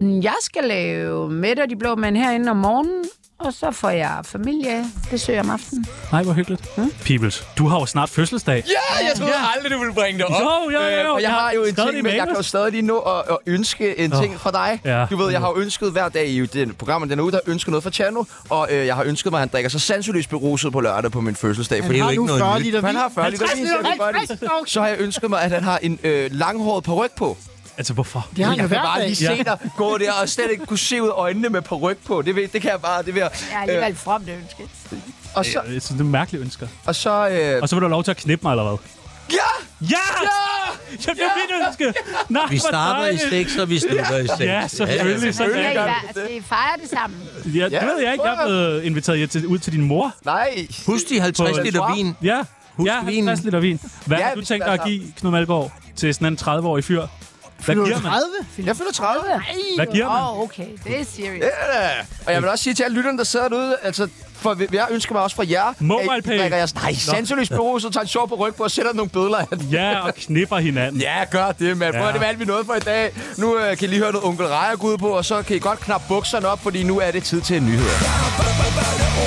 S4: Jeg skal lave Mette og de blå mænd herinde om morgenen, og så får jeg familiebesøg om aftenen.
S2: Nej, hvor hyggeligt. Hmm? Peoples, du har jo snart fødselsdag.
S1: Ja, jeg troede aldrig, du ville bringe det op.
S2: Jo, jo, jo,
S1: Øh, og jeg
S2: jeg
S1: har
S2: har
S1: jo en
S2: skrevet det i
S1: ting, men jeg kan jo
S2: manus.
S1: stadig lige nå at, at ønske en ting fra dig.
S2: Ja.
S1: Du ved, jeg har jo ønsket hver dag i den programmet, den er ude, der ønsker noget fra Chano, og øh, jeg har ønsket mig, at han drikker sig sandsynligvis beruset på lørdag på min fødselsdag. Fordi
S5: jo
S3: Har
S5: ikke
S3: nu
S5: noget
S3: 40
S5: nyt.
S3: liter
S1: han
S3: vin?
S1: har 40 liter vin, så er det godt. Så har jeg ønsket mig, at han har en øh, langhåret peruk på.
S2: Altså, hvorfor?
S3: Det har han jo
S1: Jeg kan
S3: hver
S1: bare
S3: dag.
S1: lige se dig gå der og slet ikke kunne se ud af øjnene med peruk på. Det, ved, det kan jeg bare. Det vil jeg.
S4: Jeg er alligevel øh. fromt ønsket.
S1: Og så...
S2: Jeg synes, det er Øh, mærkelige ønsker.
S1: Og så øh,
S2: Og så vil du have lov til at knippe mig, eller hvad?
S1: ja!
S2: Ja! Ja, det er mit ønske! Nej,
S5: Vi
S2: hvor
S5: starter i
S2: dejligt.
S5: seks, og vi slutter i seks.
S2: Ja,
S1: selvfølgelig.
S2: selvfølgelig. Sådan er
S4: Ja, I
S2: det.
S4: hver- altså, I fejrer det sammen.
S2: Ja, det ved jeg ikke. Jeg er blevet inviteret til, ud til din mor.
S1: Nej.
S5: Husk de 50 liter vin.
S2: Ja,
S5: Husk
S2: ja,
S5: vinen.
S2: 50 liter vin. Hvad
S1: Ja,
S2: har du
S1: vi
S2: tænkt dig
S1: skal
S2: at give Knud Malgaard til sådan en 30-årig fyr? Hvad
S3: Du er
S2: giver man?
S3: 30.
S1: Jeg fylder 30.
S2: Hvad giver man?
S4: Åh, oh, okay. Det er serious.
S1: Ja, og jeg vil også sige til alle lytterne, der sidder derude, altså, for vi- jeg ønsker mig også fra jer,
S2: Mobile
S1: at I
S2: pay.
S1: drikker jeres, nej, sandsynligvis bureau, så tager en sjov på ryg på og sætter nogle bødler af den.
S2: Ja, og knipper hinanden.
S1: Ja, gør det, mand. Prøv
S2: Ja.
S1: at det var alt vi nåede for i dag. Nu øh, kan I lige høre noget onkel Rejer gå ud på, og så kan I godt knappe bukserne op, fordi nu er det tid til nyheder.